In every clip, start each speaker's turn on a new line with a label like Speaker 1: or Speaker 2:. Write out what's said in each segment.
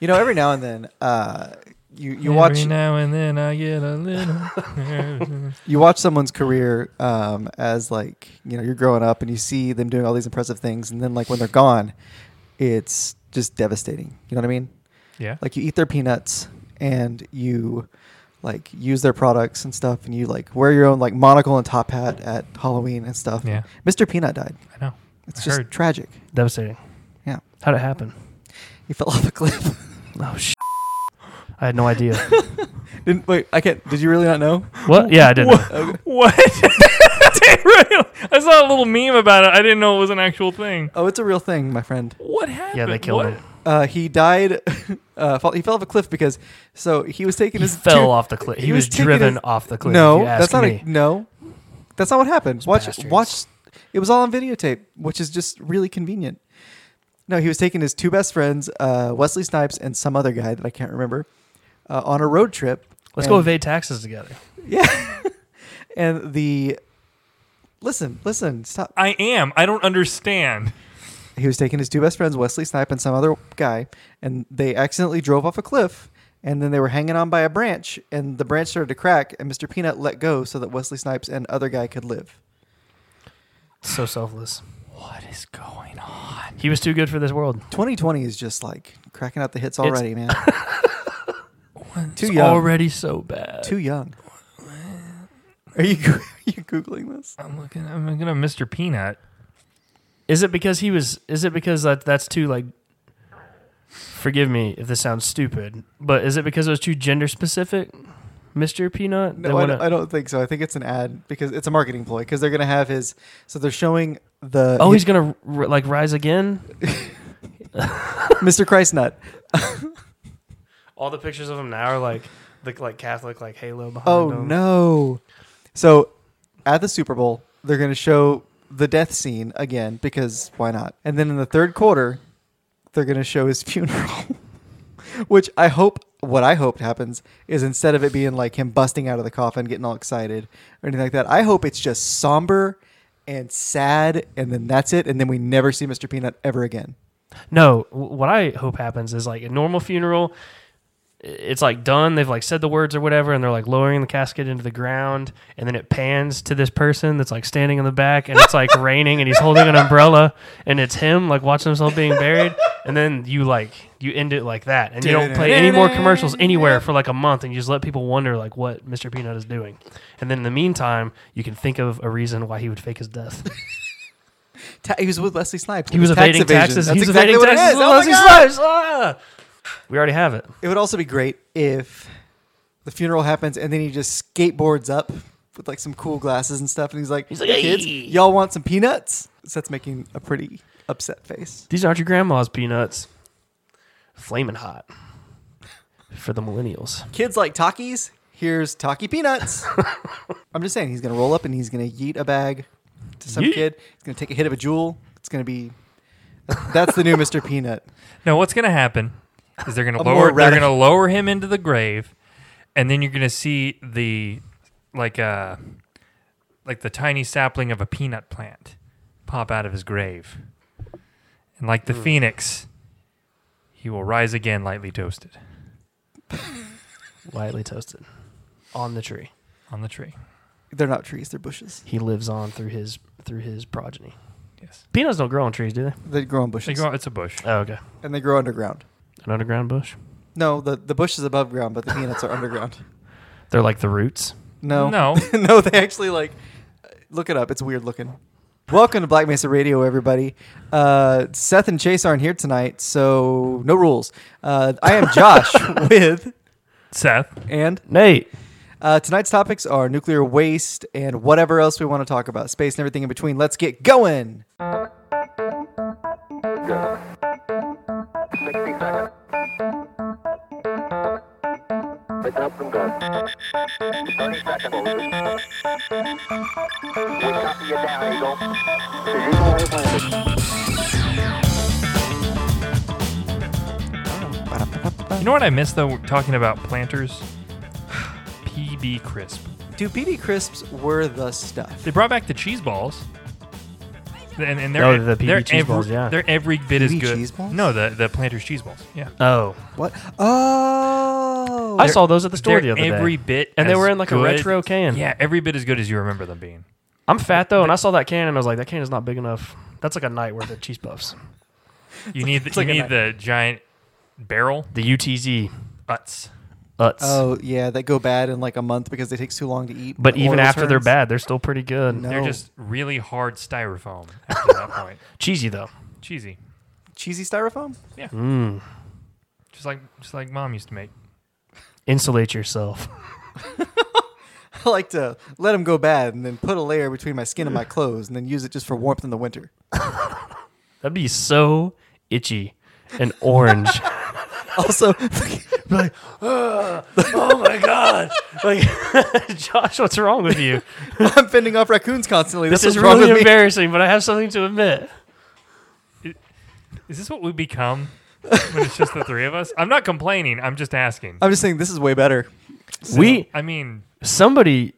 Speaker 1: You know, every now and then, uh, you you
Speaker 2: Every
Speaker 1: watch
Speaker 2: now and then I get a little.
Speaker 1: you watch someone's career um, as like you know you're growing up and you see them doing all these impressive things, and then like when they're gone, it's just devastating. You know what I mean?
Speaker 2: yeah.
Speaker 1: Like you eat their peanuts and you like use their products and stuff, and you like wear your own like monocle and top hat at Halloween and stuff.
Speaker 2: Yeah.
Speaker 1: Mr. Peanut died.
Speaker 2: I know.
Speaker 1: It's
Speaker 2: I
Speaker 1: just
Speaker 2: heard.
Speaker 1: tragic.
Speaker 3: Devastating.
Speaker 1: Yeah,
Speaker 3: How'd it happen?
Speaker 1: he fell off a cliff.
Speaker 3: Oh sh! I had no idea.
Speaker 1: Didn't wait. I can't. Did you really not know?
Speaker 3: what? Yeah, I didn't.
Speaker 2: What? what? I saw a little meme about it. I didn't know it was an actual thing.
Speaker 1: Oh, it's a real thing, my friend.
Speaker 2: What happened?
Speaker 3: Yeah, they killed
Speaker 2: What?
Speaker 3: it.
Speaker 1: Uh, he died. Uh, fall, he fell off a cliff because so he was taking
Speaker 3: He
Speaker 1: his
Speaker 3: fell
Speaker 1: two-
Speaker 3: off the cliff. He,
Speaker 1: he
Speaker 3: was,
Speaker 1: was taking
Speaker 3: driven
Speaker 1: his-
Speaker 3: off the cliff. if
Speaker 1: No,
Speaker 3: you ask
Speaker 1: that's not
Speaker 3: me.
Speaker 1: a no. That's not what happened. watch,
Speaker 3: bastards.
Speaker 1: watch. It was all on videotape, which is just really convenient. No, he was taking his two best friends, uh, Wesley Snipes and some other guy that I can't remember, uh, on a road trip.
Speaker 3: Let's
Speaker 1: and,
Speaker 3: go evade taxes together.
Speaker 1: Yeah, and the listen, listen, stop.
Speaker 2: I am. I don't understand.
Speaker 1: he was taking his two best friends, Wesley Snipe and some other guy, and they accidentally drove off a cliff. And then they were hanging on by a branch, and the branch started to crack, and Mr. Peanut let go so that Wesley Snipes and other guy could live.
Speaker 3: So selfless.
Speaker 2: What is going on?
Speaker 3: He was too good for this world.
Speaker 1: 2020 is just like cracking out the hits
Speaker 3: It's-
Speaker 1: already, man.
Speaker 3: It's
Speaker 1: too young.
Speaker 3: already so bad.
Speaker 1: Too young. Are you are you googling this?
Speaker 2: I'm looking. I'm looking at Mr. Peanut.
Speaker 3: Is it because he was? Is it because that that's too like? Forgive me if this sounds stupid, but is it because it was too gender specific, Mister Peanut? They
Speaker 1: No, I
Speaker 3: wanna-
Speaker 1: don't, I don't think so. I think it's an ad because it's a marketing ploy because they're gonna have his. So they're showing the
Speaker 3: oh, he's gonna r- like rise again.
Speaker 1: Mr. Christnut.
Speaker 3: All the pictures of him now are like the like Catholic like halo behind
Speaker 1: Oh
Speaker 3: him.
Speaker 1: no! So at the Super Bowl, they're going to show the death scene again because why not? And then in the third quarter, they're going to show his funeral, which I hope. What I hope happens is instead of it being like him busting out of the coffin, getting all excited or anything like that, I hope it's just somber and sad, and then that's it, and then we never see Mr. Peanut ever again.
Speaker 3: No, w- what I hope happens is like a normal funeral. i- It's like done. They've like said the words or whatever, and they're like lowering the casket into the ground, and then it pans to this person that's like standing in the back, and it's like raining, and he's holding an umbrella, and it's him like watching himself being buried, and then you like you end it like that, and you don't play any more commercials anywhere for like a month, and you just let people wonder like what Mr. Peanut is doing, and then in the meantime, you can think of a reason why he would fake his death.
Speaker 1: Ta- he was with Leslie Snipes.
Speaker 3: He was
Speaker 1: Tax
Speaker 3: evading
Speaker 1: evasion.
Speaker 3: taxes.
Speaker 1: That's
Speaker 3: he was
Speaker 1: exactly
Speaker 3: evading
Speaker 1: what it
Speaker 3: taxes.
Speaker 1: is.
Speaker 3: with
Speaker 1: Oh my
Speaker 3: Leslie
Speaker 1: God.
Speaker 3: Snipes. Ah! We already have it.
Speaker 1: It would also be great if the funeral happens and then he just skateboards up with like some cool glasses and stuff, and he's like,
Speaker 3: He's like,
Speaker 1: kids,
Speaker 3: "Hey."
Speaker 1: y'all want some peanuts?" Seth's making a pretty upset face.
Speaker 3: These aren't your grandma's peanuts. Flaming hot for the millennials.
Speaker 1: Kids like Takis. Here's Taki peanuts. I'm just saying he's gonna roll up and he's gonna yeet a bag to some
Speaker 3: Yeet.
Speaker 1: kid. He's gonna take a hit of a jewel. It's gonna be that's the new Mr. Peanut.
Speaker 2: No, what's gonna happen is they're gonna
Speaker 1: A more
Speaker 2: lower they're
Speaker 1: radic-
Speaker 2: gonna lower him into the grave, and then you're gonna see the like uh like the tiny sapling of a peanut plant pop out of his grave, and like
Speaker 1: Hmm.
Speaker 2: the phoenix, he will rise again, lightly toasted
Speaker 3: Lightly toasted on the tree.
Speaker 2: on the tree.
Speaker 1: They're not trees, they're bushes.
Speaker 3: He lives on through his through his progeny.
Speaker 2: Yes,
Speaker 3: Peanuts don't grow on trees, do they?
Speaker 1: They grow on
Speaker 2: They
Speaker 1: bushes
Speaker 2: grow- it's a bush.
Speaker 3: Oh, okay.
Speaker 1: and they grow underground.
Speaker 3: An underground bush.
Speaker 1: No, the the bush is above ground, but the peanuts are underground.
Speaker 3: They're like the roots.
Speaker 1: No.
Speaker 2: No.
Speaker 1: no, they actually like look it up. It's weird looking. Welcome to Black Mesa Radio, everybody. Uh, Seth and Chase aren't here tonight, so no rules. Uh, I am Josh with
Speaker 2: Seth,
Speaker 1: and
Speaker 3: Nate.
Speaker 1: uh, tonight's topics are nuclear waste and whatever else we want to talk about, space and everything in between. Let's get going.
Speaker 4: Pick up and go. 30 seconds. over. We copy you down, Eagle. Zero Atlanta.
Speaker 2: you know what I miss though? Talking about planters, PB crisp.
Speaker 1: Dude, PD crisps were the stuff.
Speaker 2: They brought back the cheese balls. and, and they're e-,
Speaker 3: Oh, the PB
Speaker 2: they're
Speaker 3: cheese
Speaker 2: every,
Speaker 3: balls, yeah.
Speaker 2: they're every bit as
Speaker 1: PB
Speaker 2: good.
Speaker 1: cheese balls?
Speaker 2: No, the the Planters cheese balls. Yeah,
Speaker 3: Oh,
Speaker 1: What? Oh,
Speaker 3: I saw those at the store the
Speaker 2: They're
Speaker 3: other
Speaker 2: every
Speaker 3: day.
Speaker 2: bit,
Speaker 3: And they
Speaker 2: as
Speaker 3: were in, like, a
Speaker 2: good-
Speaker 3: retro can.
Speaker 2: Yeah, every bit as good as you remember them being.
Speaker 3: I'm fat though, and I saw that can and I was like, that can is not big enough. That's like a night worth of cheese puffs.
Speaker 2: You need
Speaker 3: it's
Speaker 2: you
Speaker 3: like a
Speaker 2: need
Speaker 3: knife.
Speaker 2: the giant barrel
Speaker 3: The UTZ
Speaker 2: butts.
Speaker 3: Uts.
Speaker 1: Oh yeah, that go bad in like a month because they take too long to eat.
Speaker 3: but
Speaker 1: The
Speaker 3: even
Speaker 1: oil
Speaker 3: after they're
Speaker 1: turns.
Speaker 3: bad, they're still pretty good.
Speaker 1: No.
Speaker 2: They're just really hard styrofoam at that point.
Speaker 3: Cheesy though.
Speaker 2: Cheesy,
Speaker 1: cheesy styrofoam.
Speaker 3: Mm.
Speaker 2: just like just like mom used to make.
Speaker 3: Insulate yourself.
Speaker 1: I like to let them go bad and then put a layer between my skin and my clothes and then use it just for warmth in the winter.
Speaker 3: That'd be so itchy and orange.
Speaker 1: Also,
Speaker 3: oh my god! Like, Josh, what's wrong with you?
Speaker 1: I'm fending off raccoons constantly.
Speaker 3: This
Speaker 1: That's
Speaker 3: is
Speaker 1: what's wrong
Speaker 3: really
Speaker 1: with me.
Speaker 3: embarrassing, but I have something to admit.
Speaker 2: Is this what we become when it's just the three of us? I'm not complaining. I'm just asking.
Speaker 1: I'm just saying this is way better.
Speaker 3: we
Speaker 2: I mean,
Speaker 3: somebody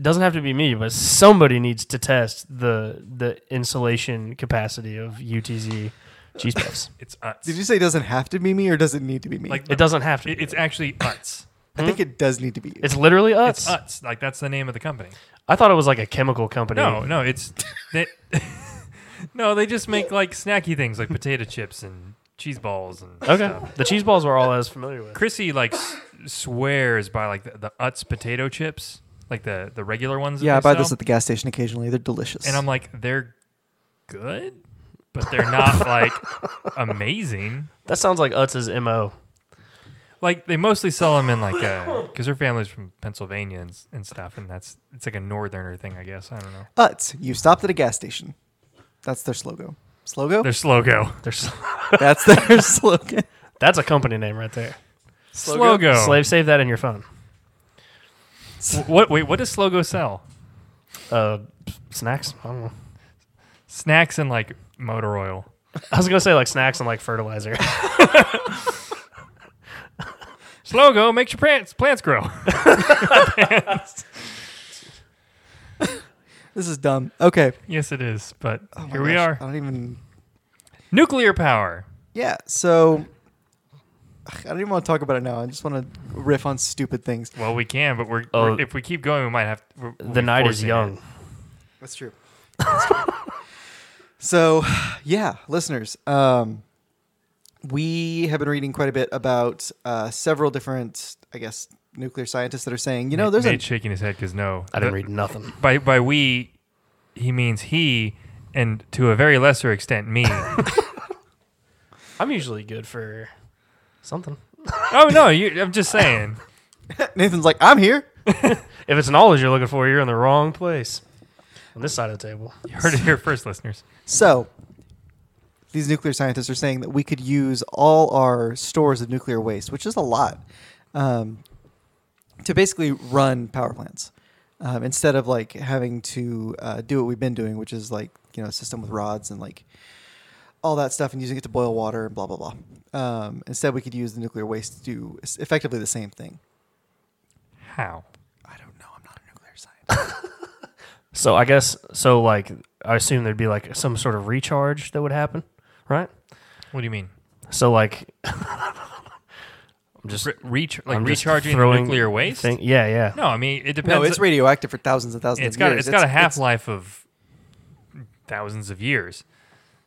Speaker 3: doesn't have to be me, but somebody needs to test the the insulation capacity of UTZ cheese puffs.
Speaker 2: it's uts.
Speaker 1: Did you say it doesn't have to be me or does it need to be me?
Speaker 2: Like
Speaker 3: It doesn't have to.
Speaker 2: It-
Speaker 3: be.
Speaker 2: it's actually uts.
Speaker 1: I think it does need to be you.
Speaker 3: it's literally
Speaker 2: It's
Speaker 3: us.
Speaker 2: uts. Like that's the name of the company.
Speaker 3: I thought it was like a chemical company.
Speaker 2: No, no, it's they, no. They just make like snacky things like potato chips and cheese balls and
Speaker 3: Okay.
Speaker 2: stuff.
Speaker 3: The cheese balls were all I was familiar with.
Speaker 2: Chrissy like s- swears by like the, the Utz potato chips, like the the regular ones. that
Speaker 1: yeah, I
Speaker 2: they
Speaker 1: buy
Speaker 2: sell.
Speaker 1: this at the gas station occasionally. They're delicious.
Speaker 2: and I'm like, they're good, but they're not like amazing.
Speaker 3: That sounds like Utz's MO.
Speaker 2: Like they mostly sell them in like because her family's from Pennsylvania and, s- and stuff, and that's it's like a northerner thing, I guess. I don't know.
Speaker 1: Utz, you stopped at a gas station. That's their slogan. Slogan?
Speaker 2: Their slogo,
Speaker 3: There's
Speaker 1: That's their slogan.
Speaker 3: that's a company name right there.
Speaker 2: slogo.
Speaker 3: Slave, save that in your phone.
Speaker 2: Wh- What? Wait, what does slogo sell?
Speaker 3: Uh, snacks. I don't know.
Speaker 2: Snacks and like motor oil.
Speaker 3: I was gonna say like snacks and like fertilizer.
Speaker 2: Slogo makes your plants plants grow.
Speaker 1: This is dumb. Okay.
Speaker 2: yes, it is. But
Speaker 1: Oh my
Speaker 2: here we
Speaker 1: gosh,
Speaker 2: are.
Speaker 1: I don't even.
Speaker 2: Nuclear power.
Speaker 1: Yeah. So ugh, I don't even want to talk about it now. I just want to riff on stupid things.
Speaker 2: Well, we can, but we're,
Speaker 3: Oh.
Speaker 2: we're- if we keep going, we might have. we're- we'll
Speaker 3: the
Speaker 2: be
Speaker 3: night is
Speaker 2: forcing
Speaker 3: young.
Speaker 2: it.
Speaker 1: That's true. That's true. so, yeah, listeners, um, we have been reading quite a bit about uh, several different, I guess, nuclear scientists that are saying, you know,
Speaker 2: Nate-
Speaker 1: there's a
Speaker 2: Nate's shaking his head because no,
Speaker 3: I didn't
Speaker 2: The-
Speaker 3: read nothing.
Speaker 2: By by we, he means he, and to a very lesser extent me.
Speaker 3: I'm usually good for something.
Speaker 2: oh no, you, I'm just saying.
Speaker 1: Nathan's like, I'm here.
Speaker 3: If it's knowledge you're looking for, you're in the wrong place. On this side of the table.
Speaker 2: You heard it here first, listeners.
Speaker 1: So, these nuclear scientists are saying that we could use all our stores of nuclear waste, which is a lot, um, to basically run power plants um, instead of like having to uh, do what we've been doing, which is like you know a system with rods and like all that stuff and using it to boil water and blah blah blah. Um, instead, we could use the nuclear waste to do es- effectively the same thing.
Speaker 2: How?
Speaker 1: I don't know. I'm not a nuclear scientist.
Speaker 3: So I guess so like I assume there'd be like some sort of recharge that would happen, right?
Speaker 2: What do you mean?
Speaker 3: So like I'm just
Speaker 2: Re- reach like
Speaker 3: I'm just
Speaker 2: recharging
Speaker 3: throwing
Speaker 2: nuclear waste?
Speaker 3: thing- Yeah, yeah.
Speaker 2: No, I mean it depends.
Speaker 1: no, it's radioactive for thousands and thousands.
Speaker 2: it's
Speaker 1: of
Speaker 2: got
Speaker 1: years.
Speaker 2: it's got a
Speaker 1: it's-
Speaker 2: half life of thousands of years,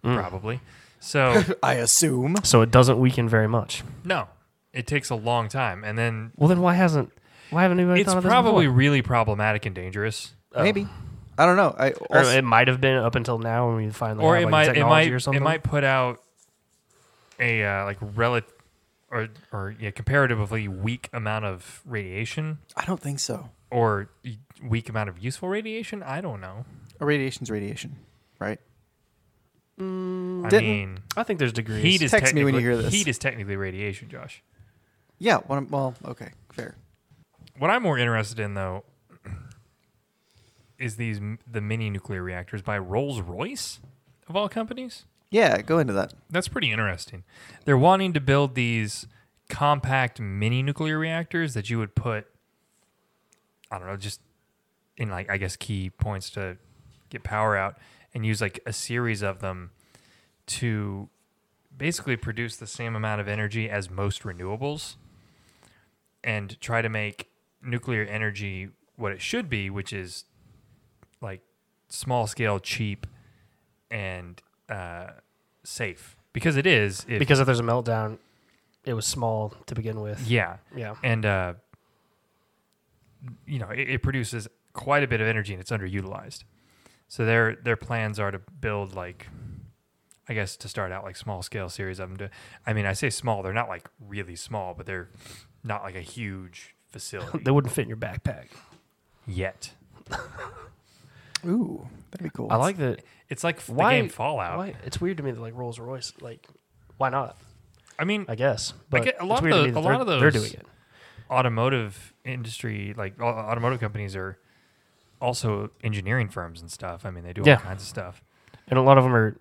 Speaker 1: Hmm.
Speaker 2: probably. So
Speaker 1: I assume.
Speaker 3: So it doesn't weaken very much.
Speaker 2: no, it takes a long time, and then
Speaker 3: Well, then why hasn't why haven't anybody
Speaker 2: it's
Speaker 3: thought of this
Speaker 2: probably
Speaker 3: before?
Speaker 2: really problematic and dangerous.
Speaker 1: Maybe. I don't know. I
Speaker 3: Or
Speaker 1: also-
Speaker 3: it might have been up until now when we finally
Speaker 2: or
Speaker 3: have,
Speaker 2: it
Speaker 3: like,
Speaker 2: might it
Speaker 3: technology
Speaker 2: might
Speaker 3: or something.
Speaker 2: it might put out a uh, like relative or or yeah, comparatively weak amount of radiation
Speaker 1: I don't think so.
Speaker 2: or y- weak amount of useful radiation. I don't know.
Speaker 1: A radiation's radiation, right?
Speaker 2: I
Speaker 1: Didn't-
Speaker 2: mean,
Speaker 3: I think there's degrees.
Speaker 2: heat is
Speaker 1: Text me when you
Speaker 2: technically-
Speaker 1: hear this.
Speaker 2: Heat is technically radiation, Josh.
Speaker 1: Yeah. Well, I'm- well okay, fair.
Speaker 2: What I'm more interested in though is these m- the mini nuclear reactors by Rolls Royce of all companies.
Speaker 1: Yeah, go into that.
Speaker 2: That's pretty interesting. They're wanting to build these compact mini nuclear reactors that you would put, I don't know, just in like, I guess, key points to get power out. and use like a series of them to basically produce the same amount of energy as most renewables and try to make nuclear energy what it should be, which is like small scale, cheap, and uh, safe. Because it is. If,
Speaker 3: because if there's a meltdown, it was small to begin with.
Speaker 2: yeah,
Speaker 3: Yeah.
Speaker 2: and uh, you know it, it produces quite a bit of energy and it's underutilized. So their their plans are to build like, I guess to start out like small scale series of them. To, I mean, I say small; they're not like really small, but they're not like a huge facility
Speaker 3: They wouldn't fit in your backpack.
Speaker 2: yet.
Speaker 1: Ooh, that'd be cool.
Speaker 3: I like that.
Speaker 2: It's like the
Speaker 3: Why-
Speaker 2: game Fallout.
Speaker 3: Why? It's weird to me that like Rolls Royce, like, why not?
Speaker 2: I mean,
Speaker 3: I guess. But
Speaker 2: get- a lot
Speaker 3: it's
Speaker 2: of
Speaker 3: weird to
Speaker 2: those-
Speaker 3: me that
Speaker 2: a lot
Speaker 3: they're-
Speaker 2: of
Speaker 3: they're
Speaker 2: those-
Speaker 3: doing it.
Speaker 2: automotive industry, like au- automotive companies, are also engineering firms and stuff. I mean, they do all
Speaker 3: Yeah.
Speaker 2: kinds of stuff.
Speaker 3: and a lot of them are.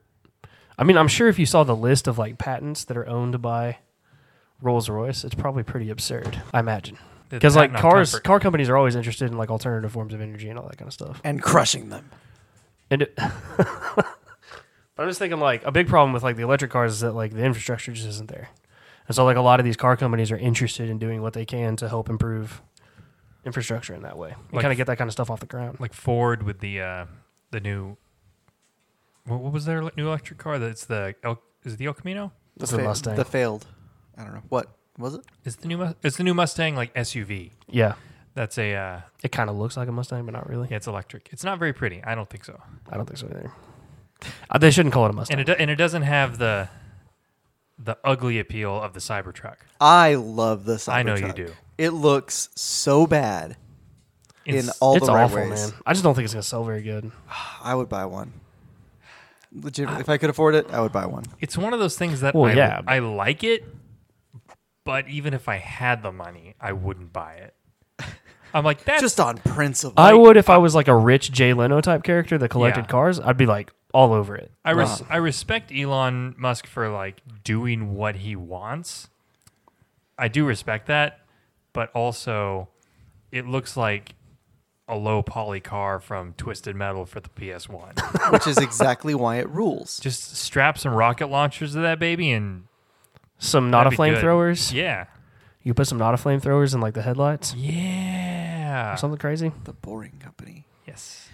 Speaker 3: I mean, I'm sure if you saw the list of like patents that are owned by Rolls Royce, it's probably pretty absurd. I imagine
Speaker 2: The
Speaker 3: because like
Speaker 2: patent on
Speaker 3: cars,
Speaker 2: comfort-
Speaker 3: car companies are always interested in like alternative forms of energy and all that kind of stuff.
Speaker 1: and crushing them.
Speaker 3: And it, but I'm just thinking like a big problem with like the electric cars is that like the infrastructure just isn't there, and so like a lot of these car companies are interested in doing what they can to help improve infrastructure in that way. You
Speaker 2: Like-
Speaker 3: kind of get that kind of stuff off the ground.
Speaker 2: like Ford with the uh, the new what, what was their le- new electric car? That's the El, is it the El Camino?
Speaker 3: That's the Mustang.
Speaker 1: The failed. I don't know what was it.
Speaker 2: It's the new Mus- it's the new Mustang like SUV.
Speaker 3: yeah,
Speaker 2: That's a uh,
Speaker 3: it kind of looks like a Mustang, but not really.
Speaker 2: yeah, it's electric. It's not very pretty. I don't think so.
Speaker 3: I don't think so either. Uh, they shouldn't call it a Mustang.
Speaker 2: And it do- and it doesn't have the the ugly appeal of the Cybertruck.
Speaker 1: I love the Cybertruck.
Speaker 2: I know you do.
Speaker 1: It looks so bad.
Speaker 2: It's-
Speaker 1: in all
Speaker 3: it's
Speaker 1: the right
Speaker 3: awful,
Speaker 1: ways.
Speaker 3: man. I just don't think it's gonna sell very good.
Speaker 1: I would buy one. Legit,
Speaker 3: Ah.
Speaker 1: if I could afford it, I would buy one.
Speaker 2: it's one of those things that
Speaker 3: Well,
Speaker 2: I,
Speaker 3: yeah.
Speaker 2: I like it, but even if I had the money, I wouldn't buy it. I'm like that's
Speaker 1: Just on principle.
Speaker 3: I would if I was like a rich Jay Leno type character that collected
Speaker 2: Yeah.
Speaker 3: cars. I'd be like all over it.
Speaker 2: I res- I respect Elon Musk for like doing what he wants. I do respect that, but also it looks like a low poly car from Twisted Metal for the PS1.
Speaker 1: which is exactly why it rules.
Speaker 2: Just strap some rocket launchers to that baby and
Speaker 3: Some not
Speaker 2: that'd
Speaker 3: a
Speaker 2: be good.
Speaker 3: flamethrowers.
Speaker 2: Yeah.
Speaker 3: You put some not a flamethrowers in like the headlights.
Speaker 2: Yeah.
Speaker 3: Something crazy.
Speaker 1: the boring company.
Speaker 2: Yes.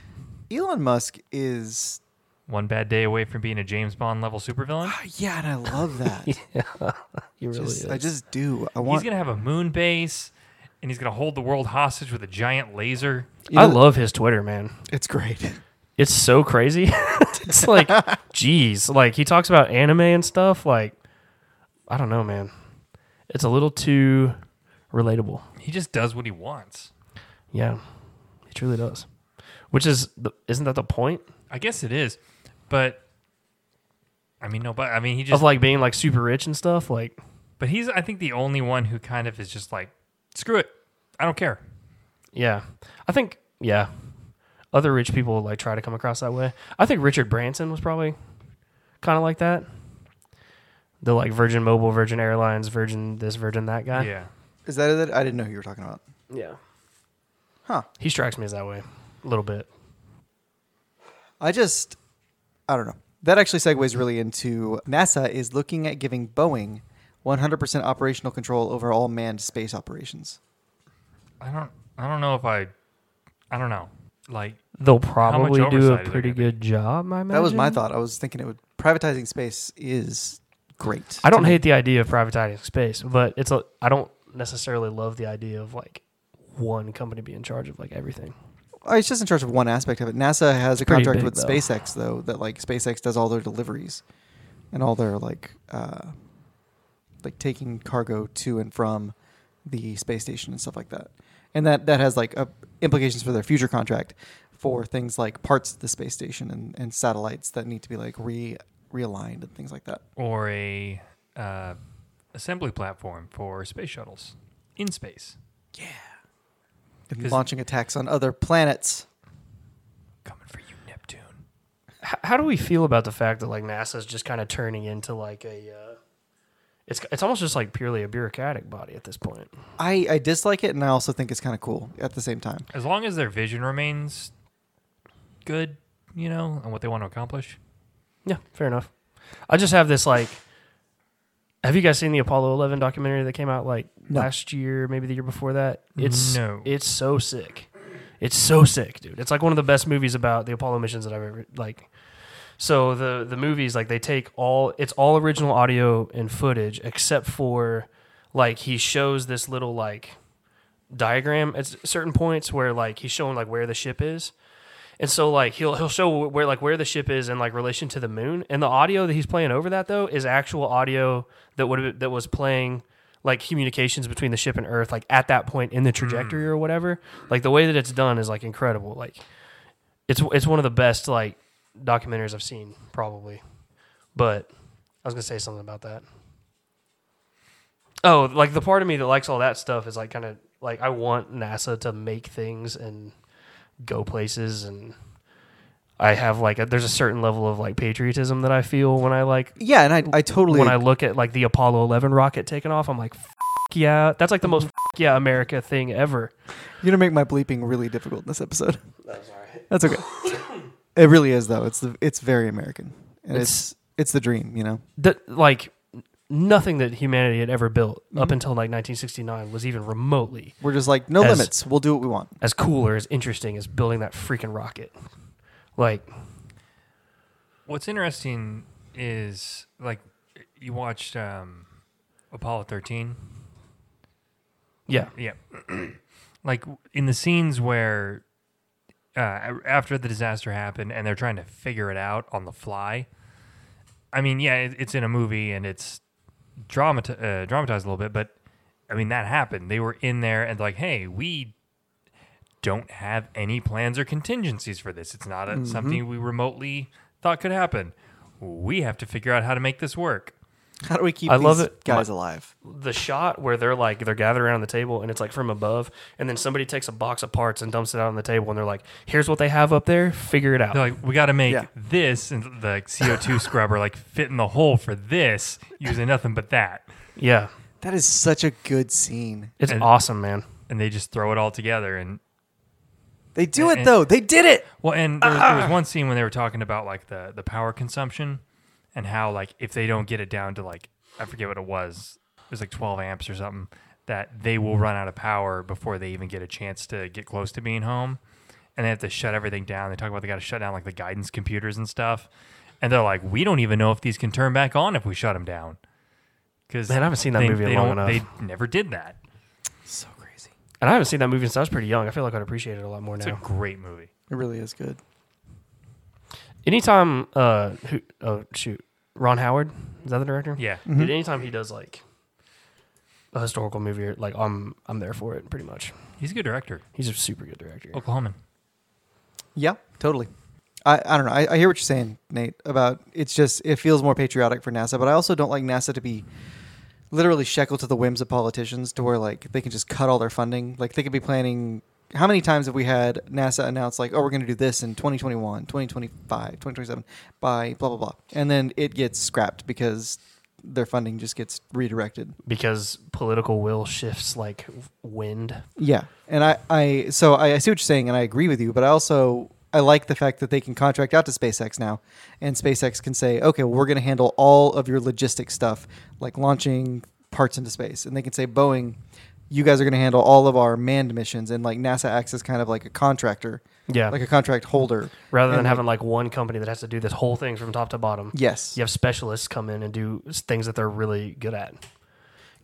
Speaker 1: Elon Musk is
Speaker 2: One bad day away from being a James Bond level supervillain.
Speaker 1: yeah, and I love that.
Speaker 3: You really
Speaker 1: Just-
Speaker 3: is.
Speaker 1: I just do. I
Speaker 2: He's
Speaker 1: want.
Speaker 2: gonna have a moon base, and he's gonna hold the world hostage with a giant laser.
Speaker 1: you
Speaker 3: I
Speaker 1: know-
Speaker 3: love his Twitter, man.
Speaker 1: It's great.
Speaker 3: It's so crazy. it's like, geez, like he talks about anime and stuff. Like, I don't know, man. It's a little too relatable.
Speaker 2: He just does what he wants.
Speaker 3: Yeah, it truly does. Which is, the, isn't that the point?
Speaker 2: I guess it is, but I mean, no, but I mean, he just.
Speaker 3: of like being like super rich and stuff. Like,
Speaker 2: but he's, I think, the only one who kind of is just like, screw it, I don't care.
Speaker 3: yeah, I think yeah, other rich people like try to come across that way. I think Richard Branson was probably kind of like that. The like Virgin Mobile, Virgin Airlines, Virgin this, Virgin that guy.
Speaker 2: yeah,
Speaker 1: Is that it? I didn't know who you were talking about.
Speaker 3: yeah.
Speaker 1: Huh.
Speaker 3: He strikes me as that way a little bit.
Speaker 1: I just, I don't know. That actually segues really into NASA is looking at giving Boeing 100% operational control over all manned space operations.
Speaker 2: I don't, I don't know if I, I don't know, like,
Speaker 3: They'll probably do
Speaker 2: oversight
Speaker 3: a
Speaker 2: is there
Speaker 3: pretty
Speaker 2: gonna
Speaker 3: good job. I imagine.
Speaker 1: That was my thought. I was thinking it would privatizing space is great.
Speaker 3: I don't
Speaker 1: to me.
Speaker 3: hate the idea of privatizing space, but it's a I don't necessarily love the idea of like one company being in charge of like everything.
Speaker 1: Oh, it's just in charge of one aspect of it. NASA has a
Speaker 3: pretty
Speaker 1: contract
Speaker 3: big,
Speaker 1: with
Speaker 3: though.
Speaker 1: SpaceX though that like SpaceX does all their deliveries and all their like uh, like taking cargo to and from the space station and stuff like that. And that that has like uh, implications for their future contract for things like parts of the space station and, and satellites that need to be like re realigned and things like that.
Speaker 2: or a uh, assembly platform for space shuttles in space
Speaker 1: And
Speaker 2: 'Cause-
Speaker 1: launching attacks on other planets.
Speaker 2: coming for you, Neptune.
Speaker 3: H- how do we feel about the fact that like NASA's just kind of turning into like a uh, it's it's almost just like purely a bureaucratic body at this point.
Speaker 1: I, I dislike it and I also think it's kind of cool at the same time.
Speaker 2: As long as their vision remains good, you know, and what they want to accomplish.
Speaker 3: Yeah, fair enough. I just have this like. Have you guys seen the Apollo 11 documentary that came out like
Speaker 1: No.
Speaker 3: last year, maybe the year before that? It's
Speaker 2: No.
Speaker 3: it's so sick. It's so sick, dude. It's like one of the best movies about the Apollo missions that I've ever like. So the the movies like they take all it's all original audio and footage except for like he shows this little like diagram at s- certain points where like he's showing like where the ship is. And so like he'll he'll show where like where the ship is in like relation to the moon. And the audio that he's playing over that though is actual audio that would that was playing like communications between the ship and Earth like at that point in the trajectory or whatever. Like the way that it's done is like incredible. Like it's it's one of the best like documentaries I've seen probably. But I was gonna say something about that. Oh, like the part of me that likes all that stuff is like kind of like I want NASA to make things and go places and I have like a, there's a certain level of like patriotism that I feel when I like
Speaker 1: Yeah, and I, I totally
Speaker 3: when I look at like the Apollo 11 rocket taking off I'm like "F- yeah that's like the most "F- yeah America thing ever.
Speaker 1: You're gonna make my bleeping really difficult in this episode. That's okay. it really is though. It's the, it's very American, and it's, it's the dream, you know.
Speaker 3: That like nothing that humanity had ever built up until like 1969 was even remotely
Speaker 1: We're just like no
Speaker 3: As-
Speaker 1: limits. We'll do what we want.
Speaker 3: as cool or as interesting as building that freaking rocket. Like
Speaker 2: What's interesting is like you watched um, Apollo 13.
Speaker 3: yeah.
Speaker 2: Yeah. like in the scenes where uh, after the disaster happened and they're trying to figure it out on the fly. I mean, yeah, it, it's in a movie and it's dramati- uh, dramatized a little bit, but I mean, that happened. They were in there and like, hey, we don't have any plans or contingencies for this. It's not a, something we remotely thought could happen. We have to figure out how to make this work.
Speaker 1: How do we keep
Speaker 3: I
Speaker 1: these
Speaker 3: love it.
Speaker 1: guys alive?
Speaker 3: the shot where they're like they're gathered around the table and it's like from above and then somebody takes a box of parts and dumps it out on the table and they're like here's what they have up there figure it out
Speaker 2: They're like, we got to make
Speaker 1: Yeah.
Speaker 2: this and the CO2 scrubber like fit in the hole for this using nothing but that.
Speaker 3: yeah
Speaker 1: That is such a good scene.
Speaker 3: it's
Speaker 2: And-
Speaker 3: awesome man
Speaker 2: And they just throw it all together. And
Speaker 1: They do
Speaker 2: And-
Speaker 1: it though. They did it.
Speaker 2: well, and there was, there was one scene when they were talking about like the, the power consumption and how like if they don't get it down to like, I forget what it was, it was like 12 amps or something, that they will run out of power before they even get a chance to get close to being home. And they have to shut everything down. They talk about they got to shut down like the guidance computers and stuff. And they're like, we don't even know if these can turn back on if we shut them down. Because
Speaker 3: Man, I haven't seen that movie in long enough.
Speaker 2: They never did that.
Speaker 1: So crazy.
Speaker 3: and i haven't seen that movie since i was pretty young i feel like i'd appreciate it a lot more
Speaker 2: It's
Speaker 3: now
Speaker 2: a great movie.
Speaker 1: It really is good.
Speaker 3: anytime uh who, oh shoot ron howard is that the director
Speaker 2: Yeah.
Speaker 3: Dude, anytime he does like a historical movie like i'm i'm there for it pretty much
Speaker 2: He's a good director.
Speaker 3: he's a super good director
Speaker 2: Oklahoman.
Speaker 1: Yeah, totally. I, I don't know. I, I hear what you're saying, Nate, about it's just, it feels more patriotic for NASA, but I also don't like NASA to be literally shackled to the whims of politicians to where like they can just cut all their funding. Like they could be planning. How many times have we had NASA announce like, oh, we're going to do this in 2021, 2025, 2027 by blah, blah, blah. And then it gets scrapped because their funding just gets redirected.
Speaker 3: because political will shifts like wind
Speaker 1: Yeah, and I, I so I, I see what you're saying, and I agree with you. But I also I like the fact that they can contract out to SpaceX now, and SpaceX can say, okay, well, we're going to handle all of your logistics stuff, like launching parts into space, and they can say, Boeing, you guys are going to handle all of our manned missions, and like NASA acts as kind of like a contractor,
Speaker 3: yeah
Speaker 1: like a contract holder,
Speaker 3: rather than
Speaker 1: And, like-
Speaker 3: having like one company that has to do this whole thing from top to bottom.
Speaker 1: Yes,
Speaker 3: You have specialists come in and do s- things that they're really good at.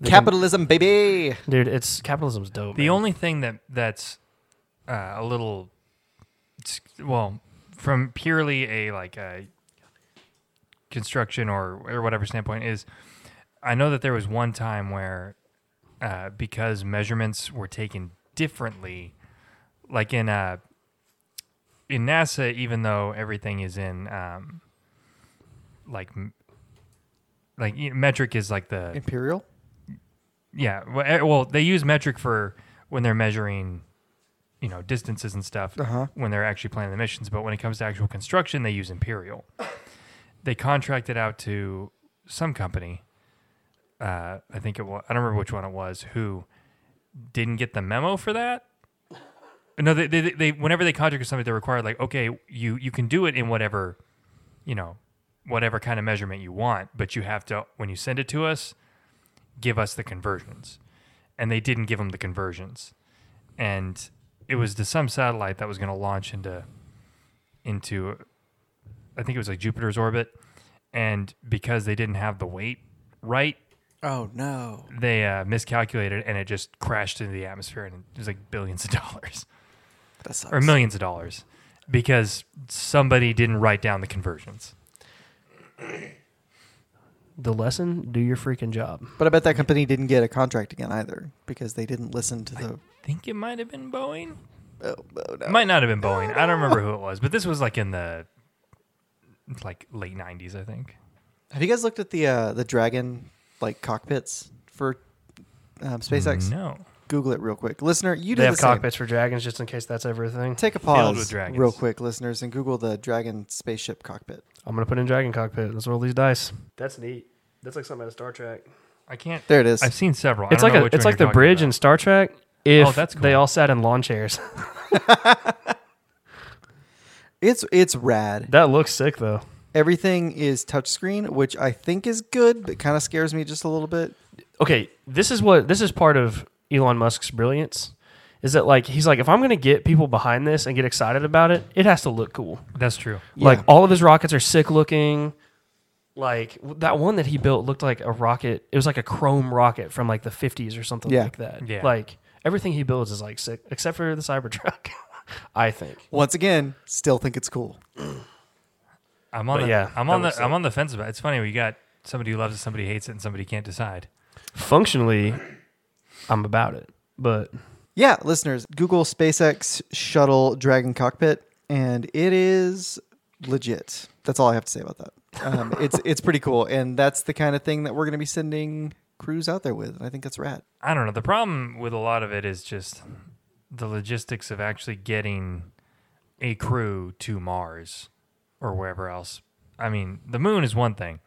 Speaker 3: They can-
Speaker 1: capitalism, baby.
Speaker 3: dude, it's capitalism's dope.
Speaker 2: The
Speaker 3: man.
Speaker 2: only thing that that's uh, a little, it's- well, from purely a like a construction or or whatever standpoint is, I know that there was one time where uh, because measurements were taken differently, like in uh in NASA, even though everything is in um like m- like you know, metric is like the
Speaker 1: Imperial.
Speaker 2: yeah. Well, eh, well, they use metric for when they're measuring, you know, distances and stuff
Speaker 1: Uh-huh.
Speaker 2: when they're actually planning the missions. But when it comes to actual construction, they use imperial. They contract it out to some company. Uh, I think it was. I don't remember which one it was. Who didn't get the memo for that? No, they, they, they whenever they contract with somebody, they're required like, okay, you you can do it in whatever, you know, whatever kind of measurement you want, but you have to when you send it to us, give us the conversions, and they didn't give them the conversions, and it was to some satellite that was going to launch into into, I think it was like Jupiter's orbit, and because they didn't have the weight right,
Speaker 5: Oh no.
Speaker 2: they uh, miscalculated and it just crashed into the atmosphere and it was like billions of dollars
Speaker 5: That sucks.
Speaker 2: or millions of dollars because somebody didn't write down the conversions.
Speaker 3: The lesson: do your freaking job.
Speaker 1: But I bet that company didn't get a contract again either because they didn't listen to the.
Speaker 2: think it might have been Boeing.
Speaker 1: Oh, oh, no.
Speaker 2: It might not have been Boeing. I don't remember who it was, but this was like in the like late 90s, I think.
Speaker 1: Have you guys looked at the uh, the Dragon like cockpits for um, SpaceX?
Speaker 2: No.
Speaker 1: Google it real quick, listener. You do
Speaker 3: they have
Speaker 1: the same.
Speaker 3: cockpits for dragons just in case that's ever a thing.
Speaker 1: Take a
Speaker 2: Filled with
Speaker 1: pause
Speaker 2: dragons.
Speaker 1: real quick, listeners, and Google the Dragon spaceship cockpit.
Speaker 3: I'm gonna put in dragon cockpit. Let's roll these dice. That's neat. That's like something out of Star Trek.
Speaker 2: I can't.
Speaker 1: There it is.
Speaker 2: I've seen several. I
Speaker 3: It's
Speaker 2: don't
Speaker 3: like
Speaker 2: know
Speaker 3: a,
Speaker 2: which
Speaker 3: it's
Speaker 2: one
Speaker 3: like the
Speaker 2: you're talking
Speaker 3: bridge
Speaker 2: about.
Speaker 3: in Star Trek. If
Speaker 2: Oh, that's
Speaker 3: they
Speaker 2: cool.
Speaker 3: all sat in lawn chairs.
Speaker 1: It's it's rad.
Speaker 3: that looks sick though.
Speaker 1: Everything is touchscreen, which I think is good, but kind of scares me just a little bit.
Speaker 3: okay, this is what this is part of Elon Musk's brilliance. Is that like he's like if I'm gonna get people behind this and get excited about it, it has to look cool.
Speaker 2: That's true.
Speaker 3: Like
Speaker 1: Yeah.
Speaker 3: all of his rockets are sick looking. Like w- that one that he built looked like a rocket. It was like a chrome rocket from like the 50s or something
Speaker 1: Yeah.
Speaker 3: like that.
Speaker 2: Yeah.
Speaker 3: Like everything he builds is like sick, except for the Cybertruck. I think.
Speaker 1: Once again, still think it's cool.
Speaker 2: I'm on
Speaker 3: But
Speaker 2: the
Speaker 3: yeah,
Speaker 2: I'm
Speaker 3: that
Speaker 2: on the
Speaker 3: looks
Speaker 2: I'm
Speaker 3: it.
Speaker 2: on the fence about. It. It's funny we got somebody who loves it, somebody who hates it, and somebody who can't decide.
Speaker 3: Functionally, I'm about it, but
Speaker 1: Yeah, listeners, Google SpaceX shuttle Dragon cockpit, and it is legit. That's all I have to say about that. Um, it's it's pretty cool, and that's the kind of thing that we're going to be sending crews out there with. And I think that's rad.
Speaker 2: I don't know. The problem with a lot of it is just the logistics of actually getting a crew to Mars or wherever else. I mean, the moon is one thing,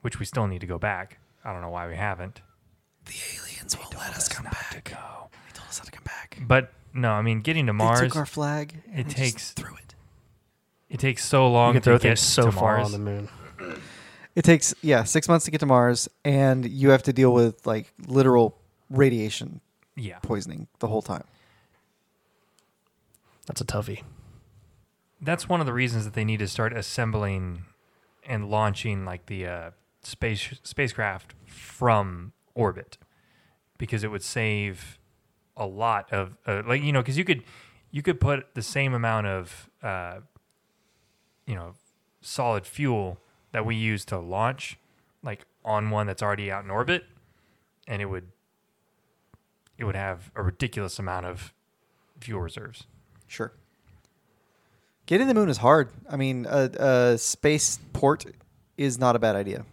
Speaker 2: which we still need to go back. I don't know why we haven't.
Speaker 1: Aliens won't let us come back. They told us how to come back.
Speaker 2: But no, I mean, getting to
Speaker 1: They
Speaker 2: Mars,
Speaker 1: took our flag. and
Speaker 2: it
Speaker 1: we just
Speaker 2: takes-
Speaker 1: through it.
Speaker 2: it takes so long
Speaker 3: you can throw
Speaker 2: to get
Speaker 3: things so
Speaker 2: to
Speaker 3: far
Speaker 2: Mars.
Speaker 3: on the moon.
Speaker 1: It takes yeah six months to get to Mars, and you have to deal with like literal radiation
Speaker 2: yeah,
Speaker 1: poisoning the whole time.
Speaker 3: That's a toughie.
Speaker 2: that's one of the reasons that they need to start assembling and launching like the uh, space spacecraft from orbit because it would save a lot of uh, like you know because you could you could put the same amount of uh, you know solid fuel that we use to launch like on one that's already out in orbit and it would it would have a ridiculous amount of fuel reserves
Speaker 1: Sure. Getting to the moon is hard. I mean, a, a space port is not a bad idea.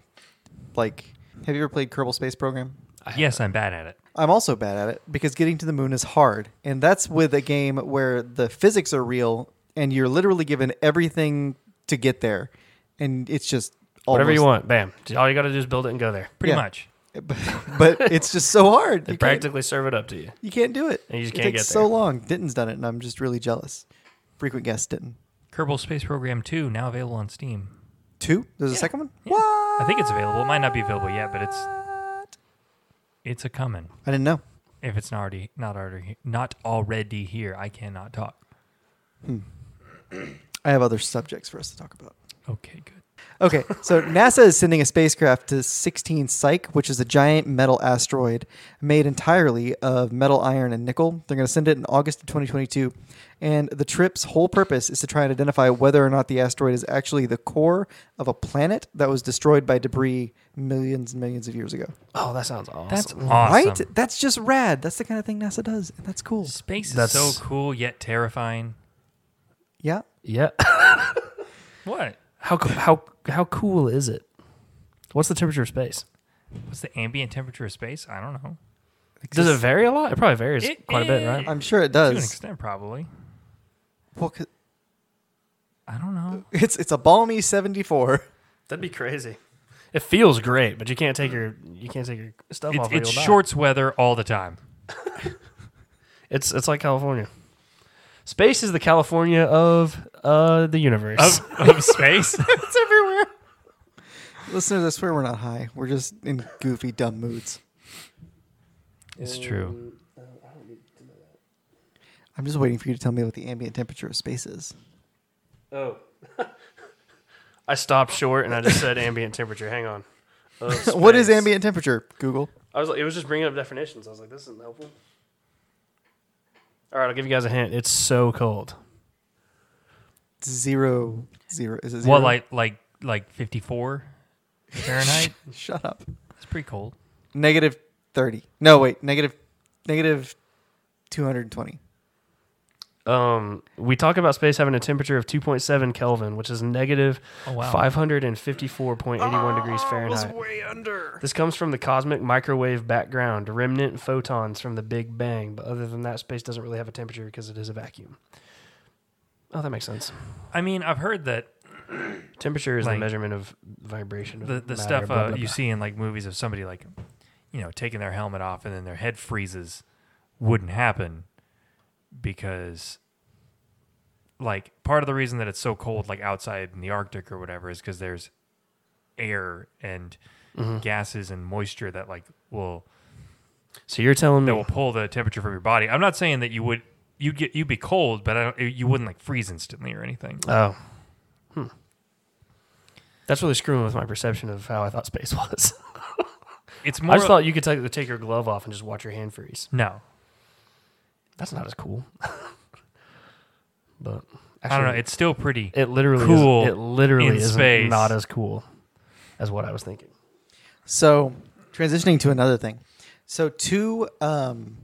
Speaker 1: Like, have you ever played Kerbal Space Program?
Speaker 2: yes i'm bad at it
Speaker 1: I'm also bad at it because getting to the moon is hard. And that's with a game where the physics are real and you're literally given everything to get there. And it's just
Speaker 3: Whatever you
Speaker 1: almost-
Speaker 3: want, bam. All you got to do is build it and go there.
Speaker 2: pretty
Speaker 1: Yeah.
Speaker 2: much
Speaker 1: but it's just so hard.
Speaker 3: They
Speaker 1: You can't,
Speaker 3: practically serve it up to you.
Speaker 1: you can't do it.
Speaker 3: And you just
Speaker 1: it
Speaker 3: can't
Speaker 1: takes
Speaker 3: get
Speaker 1: so
Speaker 3: there.
Speaker 1: long. Denton's done it, and I'm just really jealous. Frequent guest Denton.
Speaker 2: Kerbal Space Program 2 now available on Steam.
Speaker 1: Two? There's a second one?
Speaker 2: Yeah. I think it's available. It might not be available yet, but it's it's a coming.
Speaker 1: I didn't know.
Speaker 2: If it's not already not already not already here, I cannot talk.
Speaker 1: I have other subjects for us to talk about.
Speaker 2: Okay, good.
Speaker 1: Okay, so NASA is sending a spacecraft to 16 Psyche, which is a giant metal asteroid made entirely of metal, iron, and nickel. They're going to send it in August of 2022. And the trip's whole purpose is to try and identify whether or not the asteroid is actually the core of a planet that was destroyed by debris millions and millions of years ago.
Speaker 3: Oh, that sounds awesome.
Speaker 2: That's awesome.
Speaker 1: Right? That's just rad. That's the kind of thing NASA does, and that's cool.
Speaker 2: Space
Speaker 3: That's-
Speaker 2: is so cool yet terrifying.
Speaker 1: Yeah.
Speaker 3: yeah.
Speaker 2: What?
Speaker 3: How co- how how cool is it? What's the temperature of space?
Speaker 2: What's the ambient temperature of space? I don't know.
Speaker 3: Does it vary a lot? It probably varies
Speaker 2: It-
Speaker 3: quite a bit,
Speaker 2: it-
Speaker 3: right?
Speaker 1: I'm sure it
Speaker 2: To an
Speaker 1: does.
Speaker 2: extent probably.
Speaker 1: Well, 'cause
Speaker 2: I don't know.
Speaker 1: it's it's a balmy 74.
Speaker 3: That'd be crazy. It feels great, but you can't take your you can't take your stuff
Speaker 2: It's,
Speaker 3: off. or
Speaker 2: it's
Speaker 3: you'll die.
Speaker 2: shorts weather all the time.
Speaker 3: It's it's like California. Space is the California of uh, the universe.
Speaker 2: of, of space.
Speaker 1: It's everywhere. Listeners, I swear we're not high. We're just in goofy, dumb moods.
Speaker 2: it's true.
Speaker 1: I'm just waiting for you to tell me what the ambient temperature of space is.
Speaker 3: Oh. I stopped short and I just said ambient temperature. Hang on. Of
Speaker 1: What is
Speaker 3: space.
Speaker 1: ambient temperature? Google.
Speaker 3: I was like, it was just bringing up definitions. I was like, this isn't helpful. All right, I'll give you guys a hint. It's so cold.
Speaker 1: Zero. Zero. Is it zero?
Speaker 2: What like like like fifty four Fahrenheit?
Speaker 1: Shut up.
Speaker 2: it's pretty cold.
Speaker 1: Negative 30. No, wait. Negative, negative 220.
Speaker 3: Um, we talk about space having a temperature of 2.7 Kelvin, which is negative
Speaker 2: Oh, wow.
Speaker 3: 554.81 degrees Fahrenheit.
Speaker 5: way under.
Speaker 3: This comes from the cosmic microwave background, remnant photons from the Big Bang. But other than that, space doesn't really have a temperature because it is a vacuum. Oh, that makes sense.
Speaker 2: I mean, I've heard that
Speaker 3: Temperature is
Speaker 2: Like,
Speaker 3: the measurement of vibration. Of
Speaker 2: the the
Speaker 3: matter,
Speaker 2: stuff
Speaker 3: blah,
Speaker 2: uh,
Speaker 3: blah,
Speaker 2: you
Speaker 3: blah.
Speaker 2: see in like movies of somebody like you know taking their helmet off and then their head freezes wouldn't happen because like part of the reason that it's so cold like outside in the arctic or whatever is because there's air and
Speaker 3: Mm-hmm.
Speaker 2: gases and moisture that like will
Speaker 3: So you're telling
Speaker 2: that
Speaker 3: me
Speaker 2: will pull the temperature from your body i'm not saying that you would you get you'd be cold but I don't, you wouldn't like freeze instantly or anything
Speaker 3: Oh. Hmm. That's really screwing with my perception of how I thought space was.
Speaker 2: it's
Speaker 3: I
Speaker 2: more
Speaker 3: just thought you could take, take your glove off and just watch your hand freeze.
Speaker 2: no
Speaker 3: That's not as cool. but
Speaker 2: i don't know it's still pretty
Speaker 3: it literally
Speaker 2: cool
Speaker 3: cool. It literally
Speaker 2: in
Speaker 3: is
Speaker 2: space.
Speaker 3: not as cool as what I was thinking.
Speaker 1: So, transitioning to another thing. So, two um,